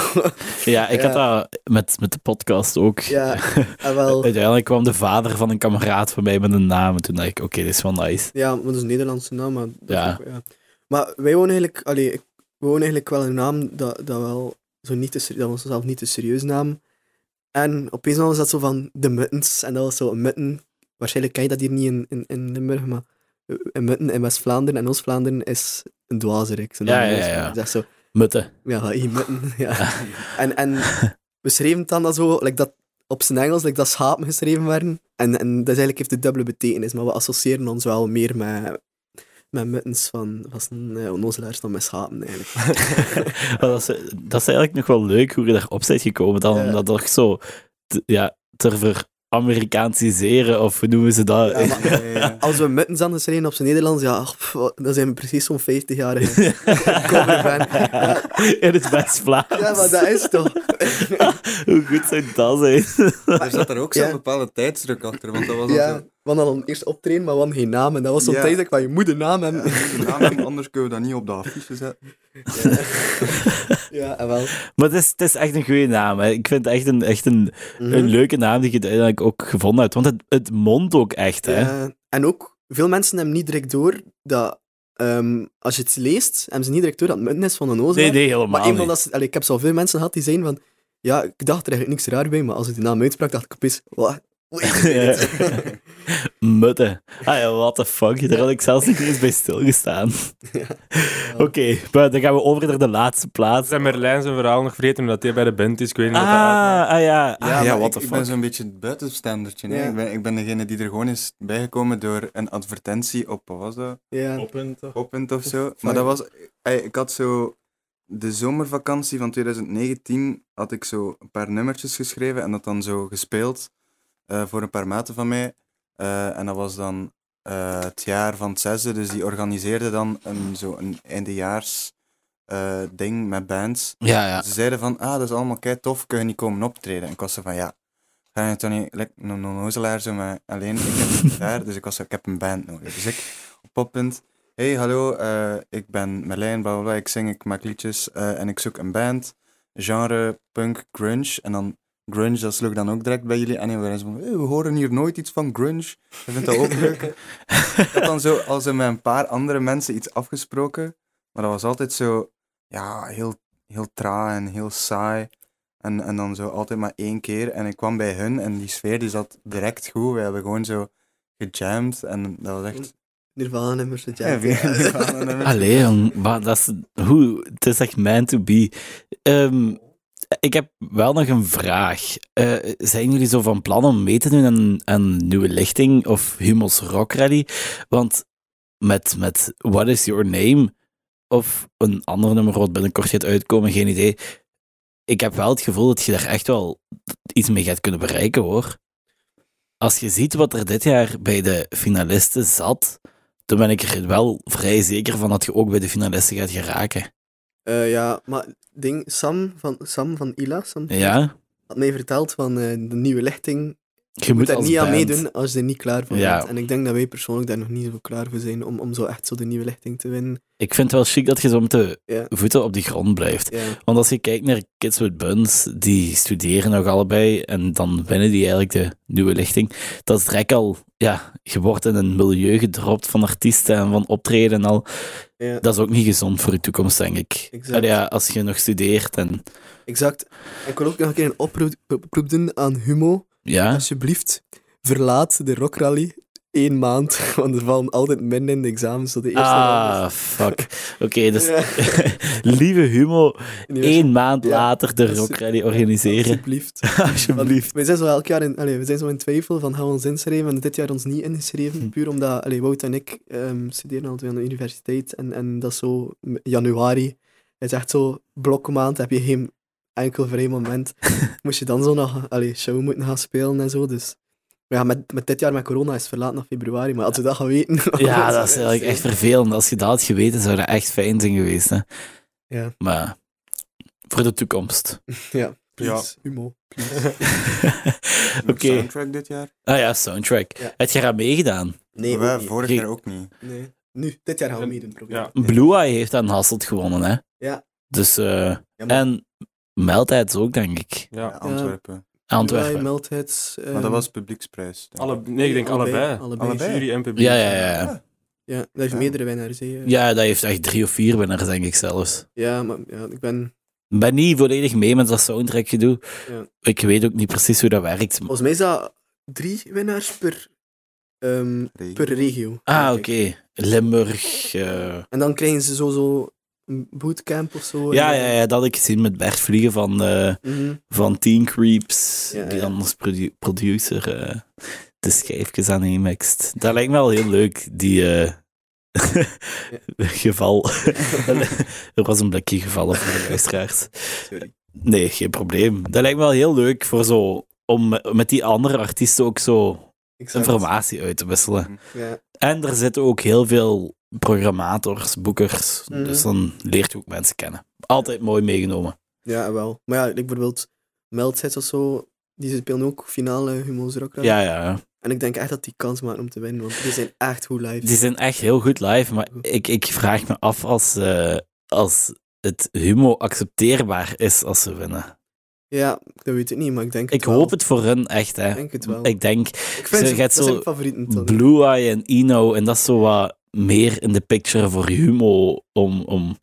Ja, ik had Ja. dat met, met de podcast ook. Ja, en wel... Uiteindelijk kwam de vader van een kameraad van mij met een naam. En toen dacht ik, oké, dit is wel nice. Ja, maar dat is een Nederlandse naam, maar... dat Ja. is ook- ja. Maar wij wonen eigenlijk... Allee, ik- we wonen eigenlijk wel een naam dat, dat wel... Zo niet te, ser- dat was zelf niet te serieus naam. En opeens was dat zo van de muttens. En dat was zo een mutten. Waarschijnlijk ken je dat hier niet in, in, in Limburg, maar... eh, Een mutten in West-Vlaanderen en Oost-Vlaanderen is een dwazerik. Zijn Ja, naam ja, is- ja. is echt zo... Mutten. Ja, van hier mutten. Ja. en, en we schreven het dan dat zo, like dat, op zijn Engels, like dat schapen geschreven werden. En, en dat is eigenlijk heeft de dubbele betekenis, maar we associëren ons wel meer met, met muttens van, van eh onnozelaars dan met schapen eigenlijk. Maar dat, is, dat is eigenlijk nog wel leuk hoe je daarop bent gekomen. Dan, Ja. Om dat toch zo te, ja, te ver-Amerikaansiseren, of hoe noemen ze dat? Ja, maar- Ja, eh, ja, ja. Als we muttens hadden geschreven op zijn Nederlands, ja, pff, dan zijn we precies zo'n 50-jarige coverfan. Ja, In het West-Vlaams. ja, maar dat is toch... Hoe goed zou dat zijn? Er zat er ook zo'n Ja. bepaalde tijdsdruk achter, want dat was al Ja, zo... we hadden dan eerst optreden, maar we hadden geen naam. En dat was zo'n Ja. tijd dat ik van, je moet een naam hebben. Ja, we moeten de naam hebben, anders kunnen we dat niet op de affiche zetten. Ja. Ja, en wel. Maar het is, het is echt een goede naam. Hè. Ik vind het echt een, echt een, Mhm. een leuke naam die je uiteindelijk ook gevonden hebt. Want het, het mondt ook echt. Hè. Eh, en ook, veel mensen hebben niet direct door dat... ehm, als je het leest, hebben ze niet direct door dat het munten is van een oza. nee, nee, helemaal Maar eenmaal niet. dat ze, allee, ik heb zoveel mensen gehad die zeiden van, ja, ik dacht er eigenlijk niks raar bij, maar als ik die naam uitsprak, dacht ik opeens, wat? Mutten. Ah ja, what the fuck. Daar had ik zelfs niet eens bij stilgestaan. Oké, maar dan gaan we over naar de laatste plaats. Zijn Merlijn zijn verhaal nog vergeten omdat hij bij de band is? Ik weet niet Ah, wat dat uitmaakt. ah ja. Ah, ja, maar what ik, the ik fuck. ben zo'n beetje het buitenstandertje. hè. Ja. Ik, ben, ik ben degene die er gewoon is bijgekomen door een advertentie op, wat was dat? Ja. Open toch? Opent of zo. Maar dat was, ey, ik had zo, de zomervakantie van 2019 had ik zo een paar nummertjes geschreven en dat dan zo gespeeld eh, voor een paar maten van mij. Eh, en dat was dan eh, het jaar van het zesde, dus die organiseerde dan een, zo een eindejaars eh, ding met bands. Ja, ja. Ze zeiden van, ah, dat is allemaal kei tof, kun je niet komen optreden? En ik was zo van, ja, ga je toch niet, like, een een onnozelaar zo, maar alleen, ik heb daar, dus ik was zo, ik heb een band nodig. Dus ik, op poppunt, hey, hallo, eh, ik ben Merlijn, bla, bla, bla, ik zing, ik maak liedjes, eh, en ik zoek een band, genre punk, grunge, en dan grunge, dat sloeg dan ook direct bij jullie aan, en we waren zo van, hey, we horen hier nooit iets van grunge, we vinden dat ook leuk. ik had dan zo, als met een paar andere mensen iets afgesproken, maar dat was altijd zo, ja, heel heel traag en heel saai. En, en dan zo altijd maar één keer. En ik kwam bij hun en die sfeer die zat direct goed. We hebben gewoon zo gejamd en dat was echt... Nirvana nummers, dat Ja, jij- Allee, jong. Maar dat is, hoe, het is echt man to be. Ehm, ik heb wel nog een vraag. Eh, zijn jullie zo van plan om mee te doen aan, aan Nieuwe Lichting of Hummels Rock Rally? Want met, met What Is Your Name of een ander nummer wat binnenkort gaat uitkomen, geen idee. Ik heb wel het gevoel dat je daar echt wel iets mee gaat kunnen bereiken, hoor. Als je ziet wat er dit jaar bij de finalisten zat, dan ben ik er wel vrij zeker van dat je ook bij de finalisten gaat geraken. Eh, ja, maar ding, Sam van, Sam van Ila Sam, Ja? had mij verteld van eh, de nieuwe lichting. Je Je moet daar als niet aan band- meedoen als je er niet klaar voor Ja. bent. En ik denk dat wij persoonlijk daar nog niet zo klaar voor zijn om, om zo echt zo de nieuwe lichting te winnen. Ik vind het wel chic dat je zo met de Ja. voeten op de grond blijft. Ja. Want als je kijkt naar Kids with Buns, die studeren nog allebei en dan winnen die eigenlijk de nieuwe lichting. Dat is direct al, ja, je wordt in een milieu gedropt van artiesten en van optreden en al. Ja. Dat is ook niet gezond voor je toekomst, denk ik. Exact. Allee, ja, als je nog studeert en Exact. Ik wil ook nog een keer een oproep, oproep doen aan Humo. ja. Alsjeblieft, verlaat de rockrally één maand, want er vallen altijd minder in de examens tot de eerste Ah, fuck. Oké, dus Ja. lieve Humo, één maand Ja. later de Dat is- Rock Rally organiseren. Alsjeblieft. Want Alsjeblieft. We zijn zo elk jaar in, allee, we zijn zo in twijfel van gaan we ons inschrijven, en dit jaar ons niet ingeschreven, Hm. puur omdat allee, Wout en ik ehm studeren al twee aan de universiteit en, en dat is zo m- januari. Het is echt zo blokmaand, heb je geen enkel vrij moment. Moest je dan zo nog allee, show moeten gaan spelen en zo, dus... Maar Ja, met, met dit jaar met corona is het verlaat naar februari, maar als we dat gaan weten... Ja, dat is eigenlijk echt vervelend. Als je dat had geweten, zou dat echt fijn zijn geweest. Hè? Ja. Maar voor de toekomst. Ja, please, Humo. Oké. Soundtrack dit jaar? Ah ja, soundtrack. Ja. Heb je eraan meegedaan? Nee, We, ook niet. vorig Geen- jaar ook niet. nee. Nu, dit jaar gaan we meedoen, proberen. Ja. Blue Eye heeft aan Hasselt gewonnen, hè? Ja. Dus, eh, Ja, maar- en Meltijds ook, denk ik. Ja, Ja. Antwerpen. Antwerpen. Meldheads. Maar dat was publieksprijs. denk Alle, ik. nee, ik denk ehm, Allebei, allebei. allebei. Jury en publiek. ja, ja, ja, Ah, ja. Ja, dat heeft Ja. meerdere winnaars. hè. eh. Ja, dat heeft echt drie of vier winnaars, denk ik zelfs. Ja, maar ja, ik ben... Ik ben niet volledig mee met dat soundtrackje doe. Ja. Oh, Ik weet ook niet precies hoe dat werkt. Volgens mij is dat drie winnaars per, ehm, Regio. per regio. Ah, oké. denk ik. Limburg. eh, En dan krijgen ze zo, zo een bootcamp of zo. Ja, En- ja, ja, dat had ik gezien met Bert Vliegen van, eh, Mhm. van Teen Creeps, Ja, die ja. dan als produ- producer eh, de schijfjes aan mext. Dat lijkt me wel heel leuk, die eh, geval. er was een blikje gevallen voor de luisteraars. Sorry. Nee, geen probleem. Dat lijkt me wel heel leuk voor zo, om met die andere artiesten ook zo Exact. informatie uit te wisselen. Ja. En er zitten ook heel veel programmators, boekers, Mhm. dus dan leert je ook mensen kennen. Altijd mooi meegenomen. ja, wel. Maar ja, ik bijvoorbeeld Meldheads of zo, die spelen ook finale Humo's Rock Rally. Ja, ja. En ik denk echt dat die kans maken om te winnen, want die zijn echt goed live. Die zijn echt heel goed live, maar ik, ik vraag me af als, eh, als het humo accepteerbaar is als ze winnen. Ja, dat weet ik niet, maar ik denk het Ik wel. hoop het voor hun echt, hè. Ik denk het wel. Ik denk Ik ze- vind ze, gaat dat zo zijn mijn favorieten. Tony. Blue Eye en Ino, en dat is zo wat meer in de picture voor humo om... om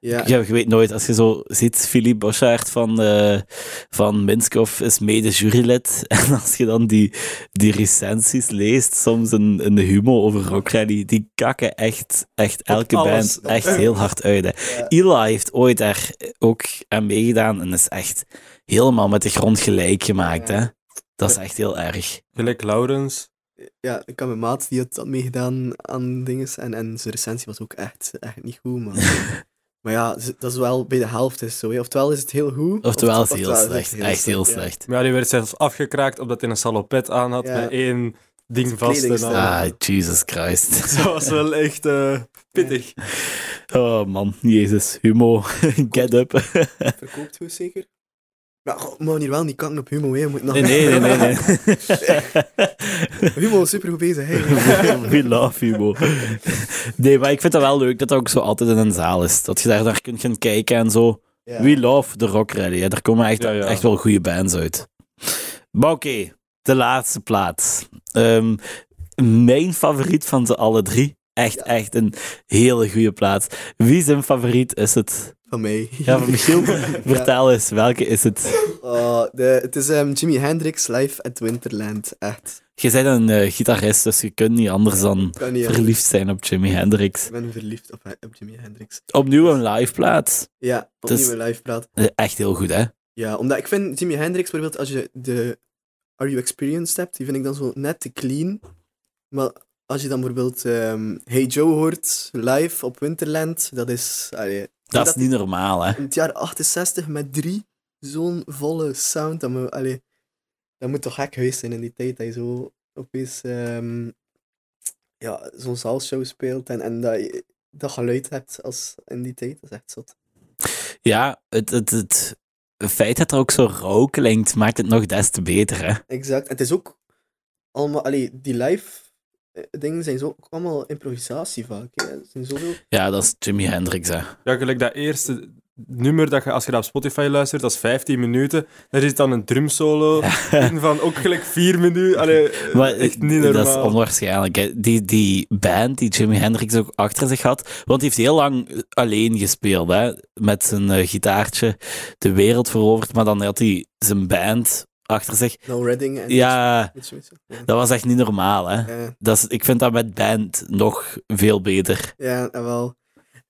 Ja, ja, je weet nooit, als je zo ziet, Philippe Bossard van, eh van Minskoff is mede jurylid. En als je dan die, die recensies leest, soms in, in de humo over Rock Rally, die kakken echt, echt elke alles. band echt heel hard uit. Hè. Eli heeft ooit daar ook aan meegedaan en is echt helemaal met de grond gelijk gemaakt. Hè. Dat is echt heel erg. Gelijk Laurens. ja, ik had mijn maat die had dat meegedaan aan dingen. En, en zijn recensie was ook echt, echt niet goed. Maar, maar ja, z- dat is wel bij de helft is zo. hè. Oftewel is het heel goed. Oftewel is of- het heel oftewel slecht. Echt heel ja. slecht. Maar ja, die werd zelfs afgekraakt omdat hij een salopet aan had Ja. met één ding Zijn vast. En kledingstijl. al. Ja. Ah, Jesus Christ. Dat was wel echt eh, pittig. Oh man, Jezus, humo. Get up. Verkoopt goed zeker? Maar goh, we mogen hier wel niet kanken op Humo, hè. Je Moet nog... Nee, nee, nee, nee. nee. Humo is supergoed bezig, hè. We love humo. Nee, maar ik vind dat wel leuk dat dat ook zo altijd in een zaal is. Dat je daar naar kunt gaan kijken en zo. Ja. We love de rock rally. Ja, daar komen echt, Ja, ja. echt wel goede bands uit. Maar oké, de laatste plaats. Ehm, mijn favoriet van ze alle drie. Echt, echt een hele goede plaats. Wie zijn favoriet is het? Van mij. Ja, van Michiel, vertel eens, welke is het? Oh, de, het is ehm, Jimi Hendrix live at Winterland. Echt. Je bent een eh, gitarist, dus je kunt niet anders dan Kan niet. anders. verliefd zijn op Jimi Hendrix. Ik ben verliefd op, op Jimi Hendrix. Opnieuw een live plaat. Ja, Dus- opnieuw een live praat. Eh, Echt heel goed, hè? Ja, omdat ik vind Jimi Hendrix bijvoorbeeld, als je de Are You Experienced hebt, die vind ik dan zo net te clean. Maar als je dan bijvoorbeeld ehm, Hey Joe hoort live op Winterland, dat is allee, Dat is dat- niet normaal, hè? in het jaar 68 met drie zo'n volle sound. Dat, me, allee, dat moet toch gek geweest zijn in die tijd dat je zo opeens ehm, ja, zo'n zaalshow speelt en, en dat je dat geluid hebt als in die tijd. Dat is echt zot. Ja, het, het, het feit dat er ook zo rauw klinkt, maakt het nog des te beter, hè? Exact. En het is ook allemaal, allee, die live eh, dingen zijn zo ook allemaal improvisatie vaak. hè. Er zijn zoveel. Ja, dat is Jimi Hendrix, hè? Ja, gelijk dat eerste nummer dat je, als je dat op Spotify luistert, dat is 15 minuten. Daar zit dan een drumsolo in van ook gelijk 4 minuten. Allee, eh, Maar echt eh, niet dat is normaal. onwaarschijnlijk. hè. Die, die band die Jimi Hendrix ook achter zich had, want die heeft heel lang alleen gespeeld, hè, met zijn eh, gitaartje de wereld veroverd, maar dan had hij zijn band achter zich. No Redding en Ja, iets- iets- iets- Ja, dat was echt niet normaal, hè? ja, Dat is, ik vind dat met band nog veel beter. ja en wel.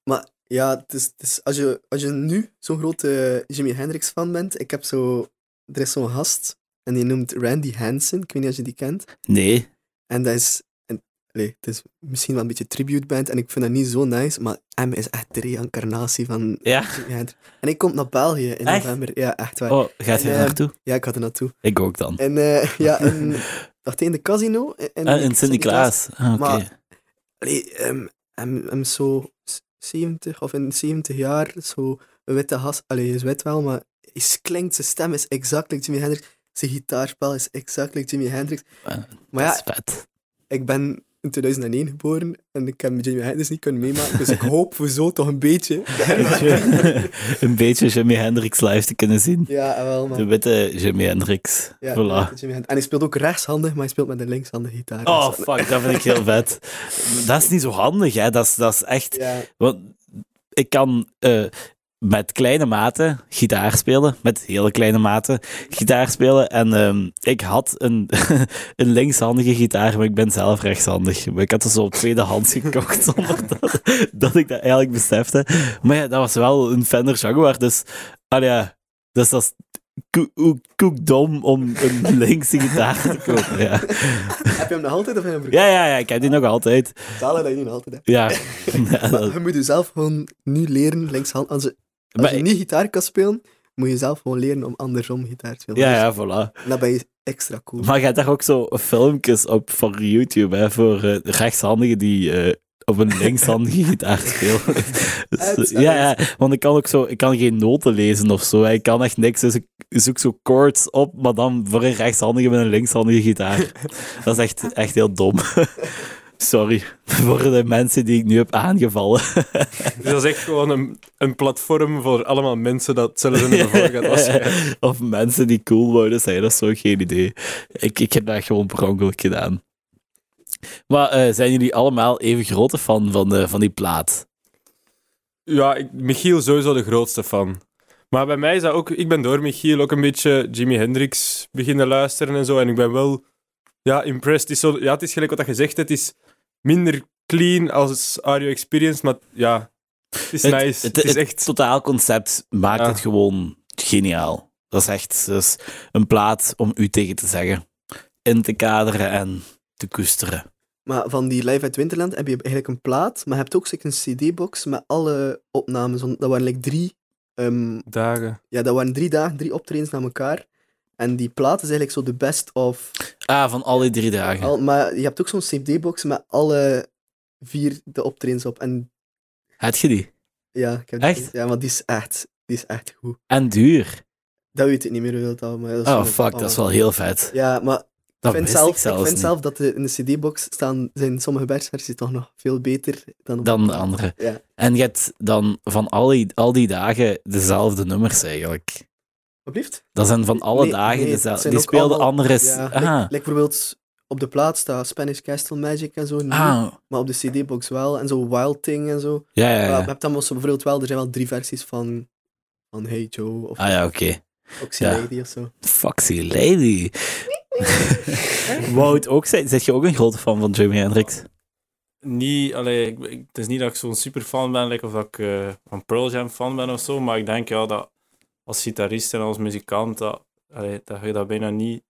Maar ja, het is, het is, als, je, als je nu zo'n grote Jimi Hendrix fan bent, ik heb zo. Er is zo'n gast en die noemt Randy Hansen. Ik weet niet of je die kent. Nee. En dat is. En, allee, het is misschien wel een beetje tribute band en ik vind dat niet zo nice, maar M is echt de reïncarnatie van Ja. Jimi Hendrix. En ik kom naar België in Echt? november. Ja, echt waar. Oh, gaat je En, er ehm, naartoe? Ja, ik had er naartoe. Ik ook dan. En eh, ja, in, dacht in de casino. In, in, Ah, in Sint-Niklaas. Ah, Oké. Maar- Allee, ehm, hem- hem is zo s- 70 of in 70 jaar, zo een witte has. Allee, hij is wit wel, maar hij is- klinkt, zijn stem is exact like Jimi Hendrix. Zijn gitaarspel is exact like Jimi Hendrix. Ah, Maar Dat ja, is vet. ik ben in 2001 geboren en ik heb Jimi Hendrix niet kunnen meemaken, dus ik hoop voor zo toch een beetje. een beetje Jimi Hendrix live te kunnen zien. ja, wel, De man. witte Jimi Hendrix. Ja, voilà. Jimi Hendrix. En hij speelt ook rechtshandig, maar hij speelt met een linkshandige gitaar. Oh, Dus- fuck, dat vind ik heel vet. Dat is niet zo handig, hè. Dat is, dat is echt... Ja, Want ik kan eh, met kleine maten gitaar spelen, met hele kleine maten gitaar spelen. En ehm, ik had een, een linkshandige gitaar, maar ik ben zelf rechtshandig. Maar ik had het zo op tweedehands gekocht, zonder dat, dat ik dat eigenlijk besefte. Maar ja, dat was wel een Fender Jaguar, dus... Ah ja, dus dat is koe- koe- koekdom om een linkse gitaar te kopen, ja. heb je hem nog altijd of heb je hem Ja, ja, ja, ik heb die nog altijd. vertalen dat je die nog altijd hebt? Ja. Ja, dat- Maar je moet jezelf gewoon nu leren linkshand. Als, je- als Maar je ik- niet gitaar kan spelen, moet je zelf gewoon leren om andersom gitaar te spelen. ja, ja, voilà. Dus Dan ben je extra cool. Maar je hebt daar ook zo filmpjes op voor YouTube, hè, voor eh, rechtshandigen die eh, op een linkshandige gitaar spelen. Dus, eh, ja, ja, want ik kan ook zo, ik kan geen noten lezen of zo. hè. Ik kan echt niks, dus ik zoek zo chords op, maar dan voor een rechtshandige met een linkshandige gitaar. Dat is echt, echt heel dom. Sorry voor de mensen die ik nu heb aangevallen. Dus dat is echt gewoon een, een platform voor allemaal mensen dat zelfs in de voorgaat was. of mensen die cool wouden zijn, dat is zo geen idee. Ik, ik heb dat gewoon per ongeluk gedaan. Maar eh, zijn jullie allemaal even grote fan van, eh, van die plaat? Ja, ik, Michiel sowieso de grootste fan. Maar bij mij is dat ook... Ik ben door Michiel ook een beetje Jimi Hendrix beginnen luisteren en zo. En ik ben wel... Ja, impressed. Het is zo, ja, het is gelijk wat dat gezegd Het is minder clean als Are You Experience, maar ja... Het is nice. Het, Het, het, is het echt... totaal concept maakt Ja. het gewoon geniaal. Dat is echt dat is een plaat om u tegen te zeggen. In te kaderen en te koesteren. Maar van die Live uit Winterland heb je eigenlijk een plaat, maar je hebt ook zeker een cd-box met alle opnames. want Dat waren like drie, ehm, Dagen. ja, dat waren drie dagen, drie optredens na elkaar. En die plaat is eigenlijk zo de best of... Ah, van al die drie dagen. Al, maar je hebt ook zo'n cd-box met alle vier de optredens op. En Had je die? ja, ik heb die- Echt? Ja, maar die is echt, die is echt goed. En duur. Dat weet ik niet meer hoeveel dat maar dat is Oh zo- fuck, dat is wel heel vet. Ja, maar Dat ik vind, wist zelf, ik zelfs ik vind niet. zelf dat de, in de cd-box staan, zijn sommige persversies toch nog veel beter dan... op- dan de andere. Ja. En je hebt dan van al die, al die dagen dezelfde nummers eigenlijk. Alsjeblieft. Dat zijn van alle Nee, dagen nee, het dezelfde. zijn Die ook speelden allemaal- andere... s- Ja, like, ah, like bijvoorbeeld op de plaat staat Spanish Castle Magic en zo, niet, ah, maar op de cd-box wel. En zo Wild Thing en zo. ja, ja, Maar ja. je hebt dan zo bijvoorbeeld wel, er zijn wel drie versies van, van Hey Joe of Ah ja, oké. Oxy ja. Lady of zo. Foxy Lady. Wout, ook, zijn, zeg je ook een grote fan van Jimi Hendrix? Niet, allee, ik, ik- het is niet dat ik zo'n super fan ben, like, of dat ik eh, van Pearl Jam fan ben of zo, maar ik denk ja, dat als gitarist en als muzikant, dat, allee, dat je dat bijna niet,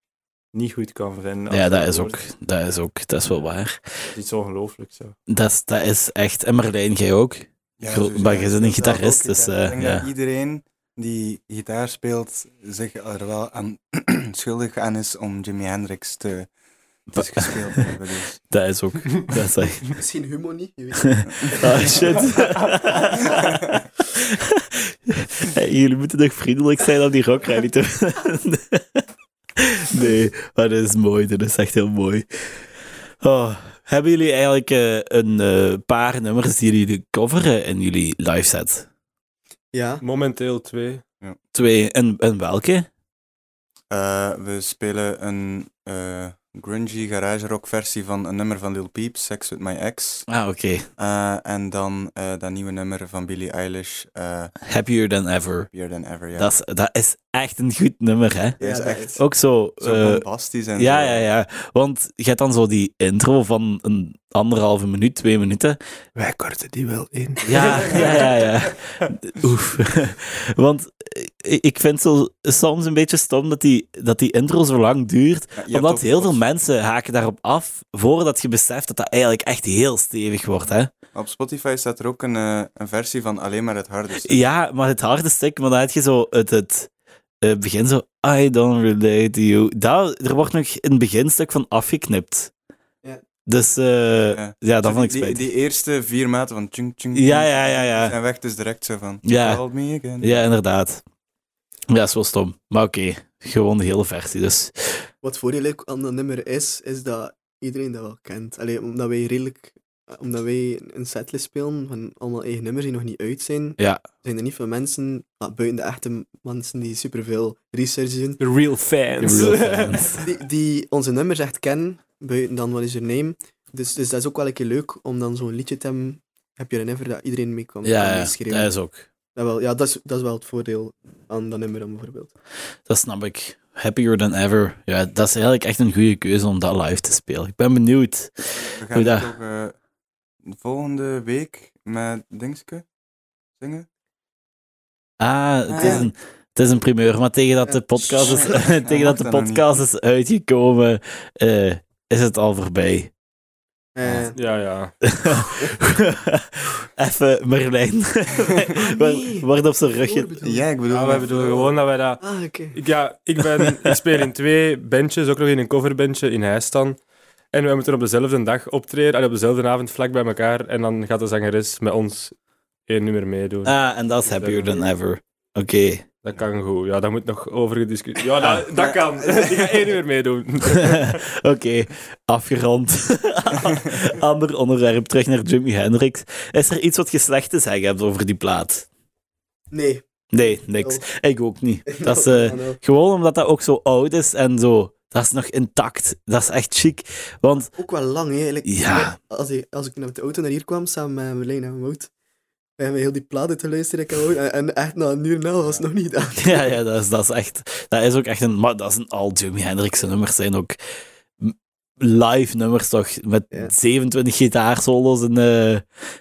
niet goed kan vinden. als Ja, je dat is ook. hoort. Dat is ook. Dat is wel waar. Dat is iets ongelooflijks. Ja. Dat is, dat is echt... En Marlijn, jij ook? Gro- sowieso. maar je bent een Ik speel zelf gitarist, ook dus, gitaar. eh, ik denk ja. dat iedereen die gitaar speelt zich er wel aan schuldig aan is om Jimi Hendrix te, te gespeeld te hebben. Dus. Dat is ook. Dat is echt... Misschien Humo niet, je weet Ah, shit. Hey, jullie moeten toch vriendelijk zijn om die rock rally te Nee, maar dat is mooi. Dat is echt heel mooi. Oh, hebben jullie eigenlijk eh, een eh, paar nummers die jullie coveren in jullie live set? Ja, Momenteel twee. Twee. En, en welke? Eh, we spelen een eh, grungy garage rock versie van een nummer van Lil Peep, Sex With My Ex. Ah, oké. Eh, en dan eh, dat nieuwe nummer van Billie Eilish, eh Happier Than Ever. Beer Than Ever. Ja. Dat, is, dat is echt een goed nummer, hè? Die is Ja, dat echt Ook zo... zo eh, bombastisch. En Ja, zo. ja, ja. Want je hebt dan zo die intro van een anderhalve minuut, twee minuten. Wij korten die wel in. Ja, ja, ja, ja. Oef. Want ik ik vind zo soms een beetje stom dat die, dat die intro zo lang duurt. Ja, je hebt Omdat ook- heel veel mensen haken daarop af voordat je beseft dat dat eigenlijk echt heel stevig wordt. Hè? Op Spotify staat er ook een, eh, een versie van alleen maar het harde stuk. Ja, maar het harde stuk, maar dan heb je zo het, het eh, begin zo. I don't relate to you. Daar, er wordt nog een beginstuk van afgeknipt. Ja. Dus eh, ja. dat Zo vond ik Dus die, spijtig. die, die eerste vier maten van tjung, tjung, Ja, tjung, ja, ja, ja. zijn weg dus direct zo van. Ja. Call me again. Ja, inderdaad. Ja, dat is wel stom. Maar oké, gewoon de hele versie dus. wat voordeel aan dat nummer is, is dat iedereen dat wel kent. Allee, omdat wij redelijk eh, omdat wij een setlist spelen van allemaal eigen nummers die nog niet uit zijn, Ja. zijn er niet veel mensen, maar buiten de echte mensen die superveel research doen, The real fans. De real fans. die, die onze nummers echt kennen, buiten dan What Is Your Name. Dus, dus dat is ook wel een keer leuk om dan zo'n liedje te hebben, heb je een ever, dat iedereen mee kan kan Ja, ja, meeschreeuwen. dat is ook. Dat wel, ja, dat is, dat is wel het voordeel aan dat nummer dan bijvoorbeeld. Dat snap ik. Happier than ever. Ja, dat is eigenlijk echt een goede keuze om dat live te spelen. Ik ben benieuwd. We Hoe gaan dat? het ook eh, volgende week met Dingske zingen. Ah, het Ah, is ja. een, het is een primeur, maar tegen dat de podcast is, Shit. Hij tegen dat mag de dat nog niet. podcast is uitgekomen, eh, is het al voorbij. Eh, Ja, ja. Even Merlijn. nee. Wordt op zijn rugje. Ja, ik bedoel, ja we bedoelen gewoon dat wij dat Oh, Ah, oké. Ik- Ja, ik, ben, ik speel in twee bandjes, ook nog in een coverbandje in Heistan. En wij moeten op dezelfde dag optreden, en op dezelfde avond vlak bij elkaar. En dan gaat de zangeres met ons één nummer meedoen. Ah, en dat is happier than ever. Oké. Dat kan goed. Ja, daar moet nog over gediscussieerd Ja, dat, dat kan. Die gaat één uur meedoen. Oké, afgerond. Ander onderwerp, terug naar Jimi Hendrix. Is er iets wat je slecht te zeggen hebt over die plaat? Nee. Nee, niks. Ik ook niet. Dat is, eh, Ah, nou. gewoon omdat dat ook zo oud is en zo. Dat is nog intact. Dat is echt chic. Want Ook wel lang, hè. eigenlijk. Ja. Als, ik, als ik met de auto naar hier kwam, samen met Merlijn en Wout, hebben we heel die platen te luisteren. Ik en Wout, en, en echt na een uur en een half was het nog niet gedaan. ja, ja dat, is, dat is echt. Dat is ook echt een. Maar dat is een al Jimi Hendrix nummers zijn ook m- live nummers toch? Met Ja. 27 gitaarsolo's in, eh,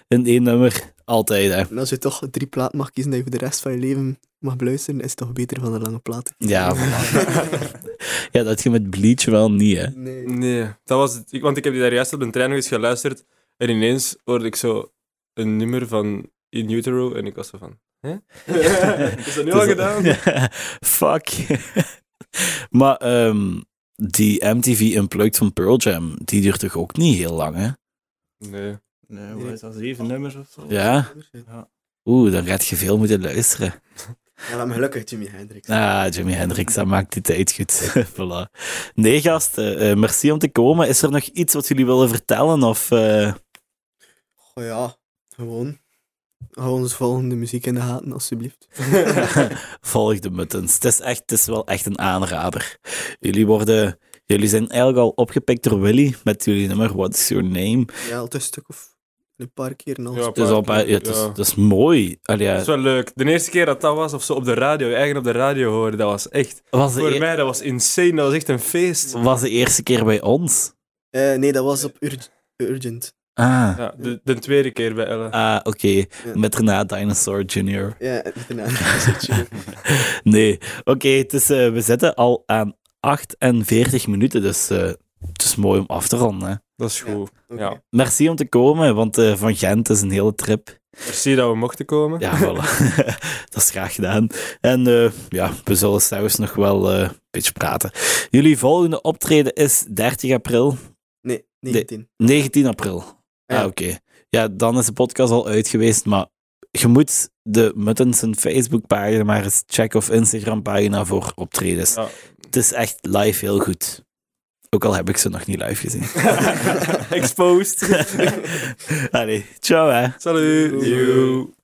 in één nummer. Altijd, hè? En als je toch drie platen mag kiezen dat je voor de rest van je leven mag beluisteren, is het toch beter van een lange plaat. Ja, voilà. ja, dat je met Bleach wel niet, hè? Nee. Nee, dat was het. Ik- want ik heb die daar juist op de trein nog eens geluisterd. En ineens hoorde ik zo een nummer van In Utero. En ik was zo van... Hè? Is dat nu al Dus- gedaan? Fuck. maar ehm, die MTV Unplugged van Pearl Jam, die duurt toch ook niet heel lang, hè? Nee. Nee, wat is dat? Zeven nummers of zo? Ja? Oeh, dan gaat je veel moeten luisteren. Ja, maar gelukkig Jimi Hendrix. Ah, Jimi Hendrix, dat maakt die tijd goed. voilà. Nee, gasten, eh, merci om te komen. Is er nog iets wat jullie willen vertellen? Of, eh, Goh, Oh, ja, gewoon. Hou onze volgende muziek in de gaten, alsjeblieft. volg de muttons. Het is, echt, het is wel echt een aanrader. Jullie, worden, jullie zijn eigenlijk al opgepikt door Willy met jullie nummer What's Your Name. Ja, al het is een stuk of een paar keer en al. Ja, Het is, al een paar- ja, het is, het is mooi. Allee, ja, Dat is wel leuk. De eerste keer dat dat was, of zo op de radio, je eigen op de radio horen, dat was echt... was, Voor de e- mij, dat was insane. Dat was echt een feest. was de eerste keer bij ons. Eh, nee, dat was op Ur- Urgent. Ah, Ja, de, de tweede keer bij Ellen. ah oké. Met daarna Dinosaur Jr. Ja, en daarna zit je. Nee, oké, het is, eh, we zitten al aan 48 minuten, dus eh, het is mooi om af te ronden. Hè. Dat is goed. Oké. Ja. Merci om te komen, want eh, van Gent is een hele trip. Merci dat we mochten komen. Ja, voilà. dat is graag gedaan. En eh, ja, we zullen straks nog wel eh, een beetje praten. Jullie volgende optreden is 30 april, Nee, 19. 19 april. Ah, Ja. oké. Ja, dan is de podcast al uit geweest, maar je moet de Muttons een Facebookpagina maar eens checken of Instagram-pagina voor optredens. Ja. Het is echt live heel goed. Ook al heb ik ze nog niet live gezien. Exposed. Allee, ciao hè. Salut. Doei.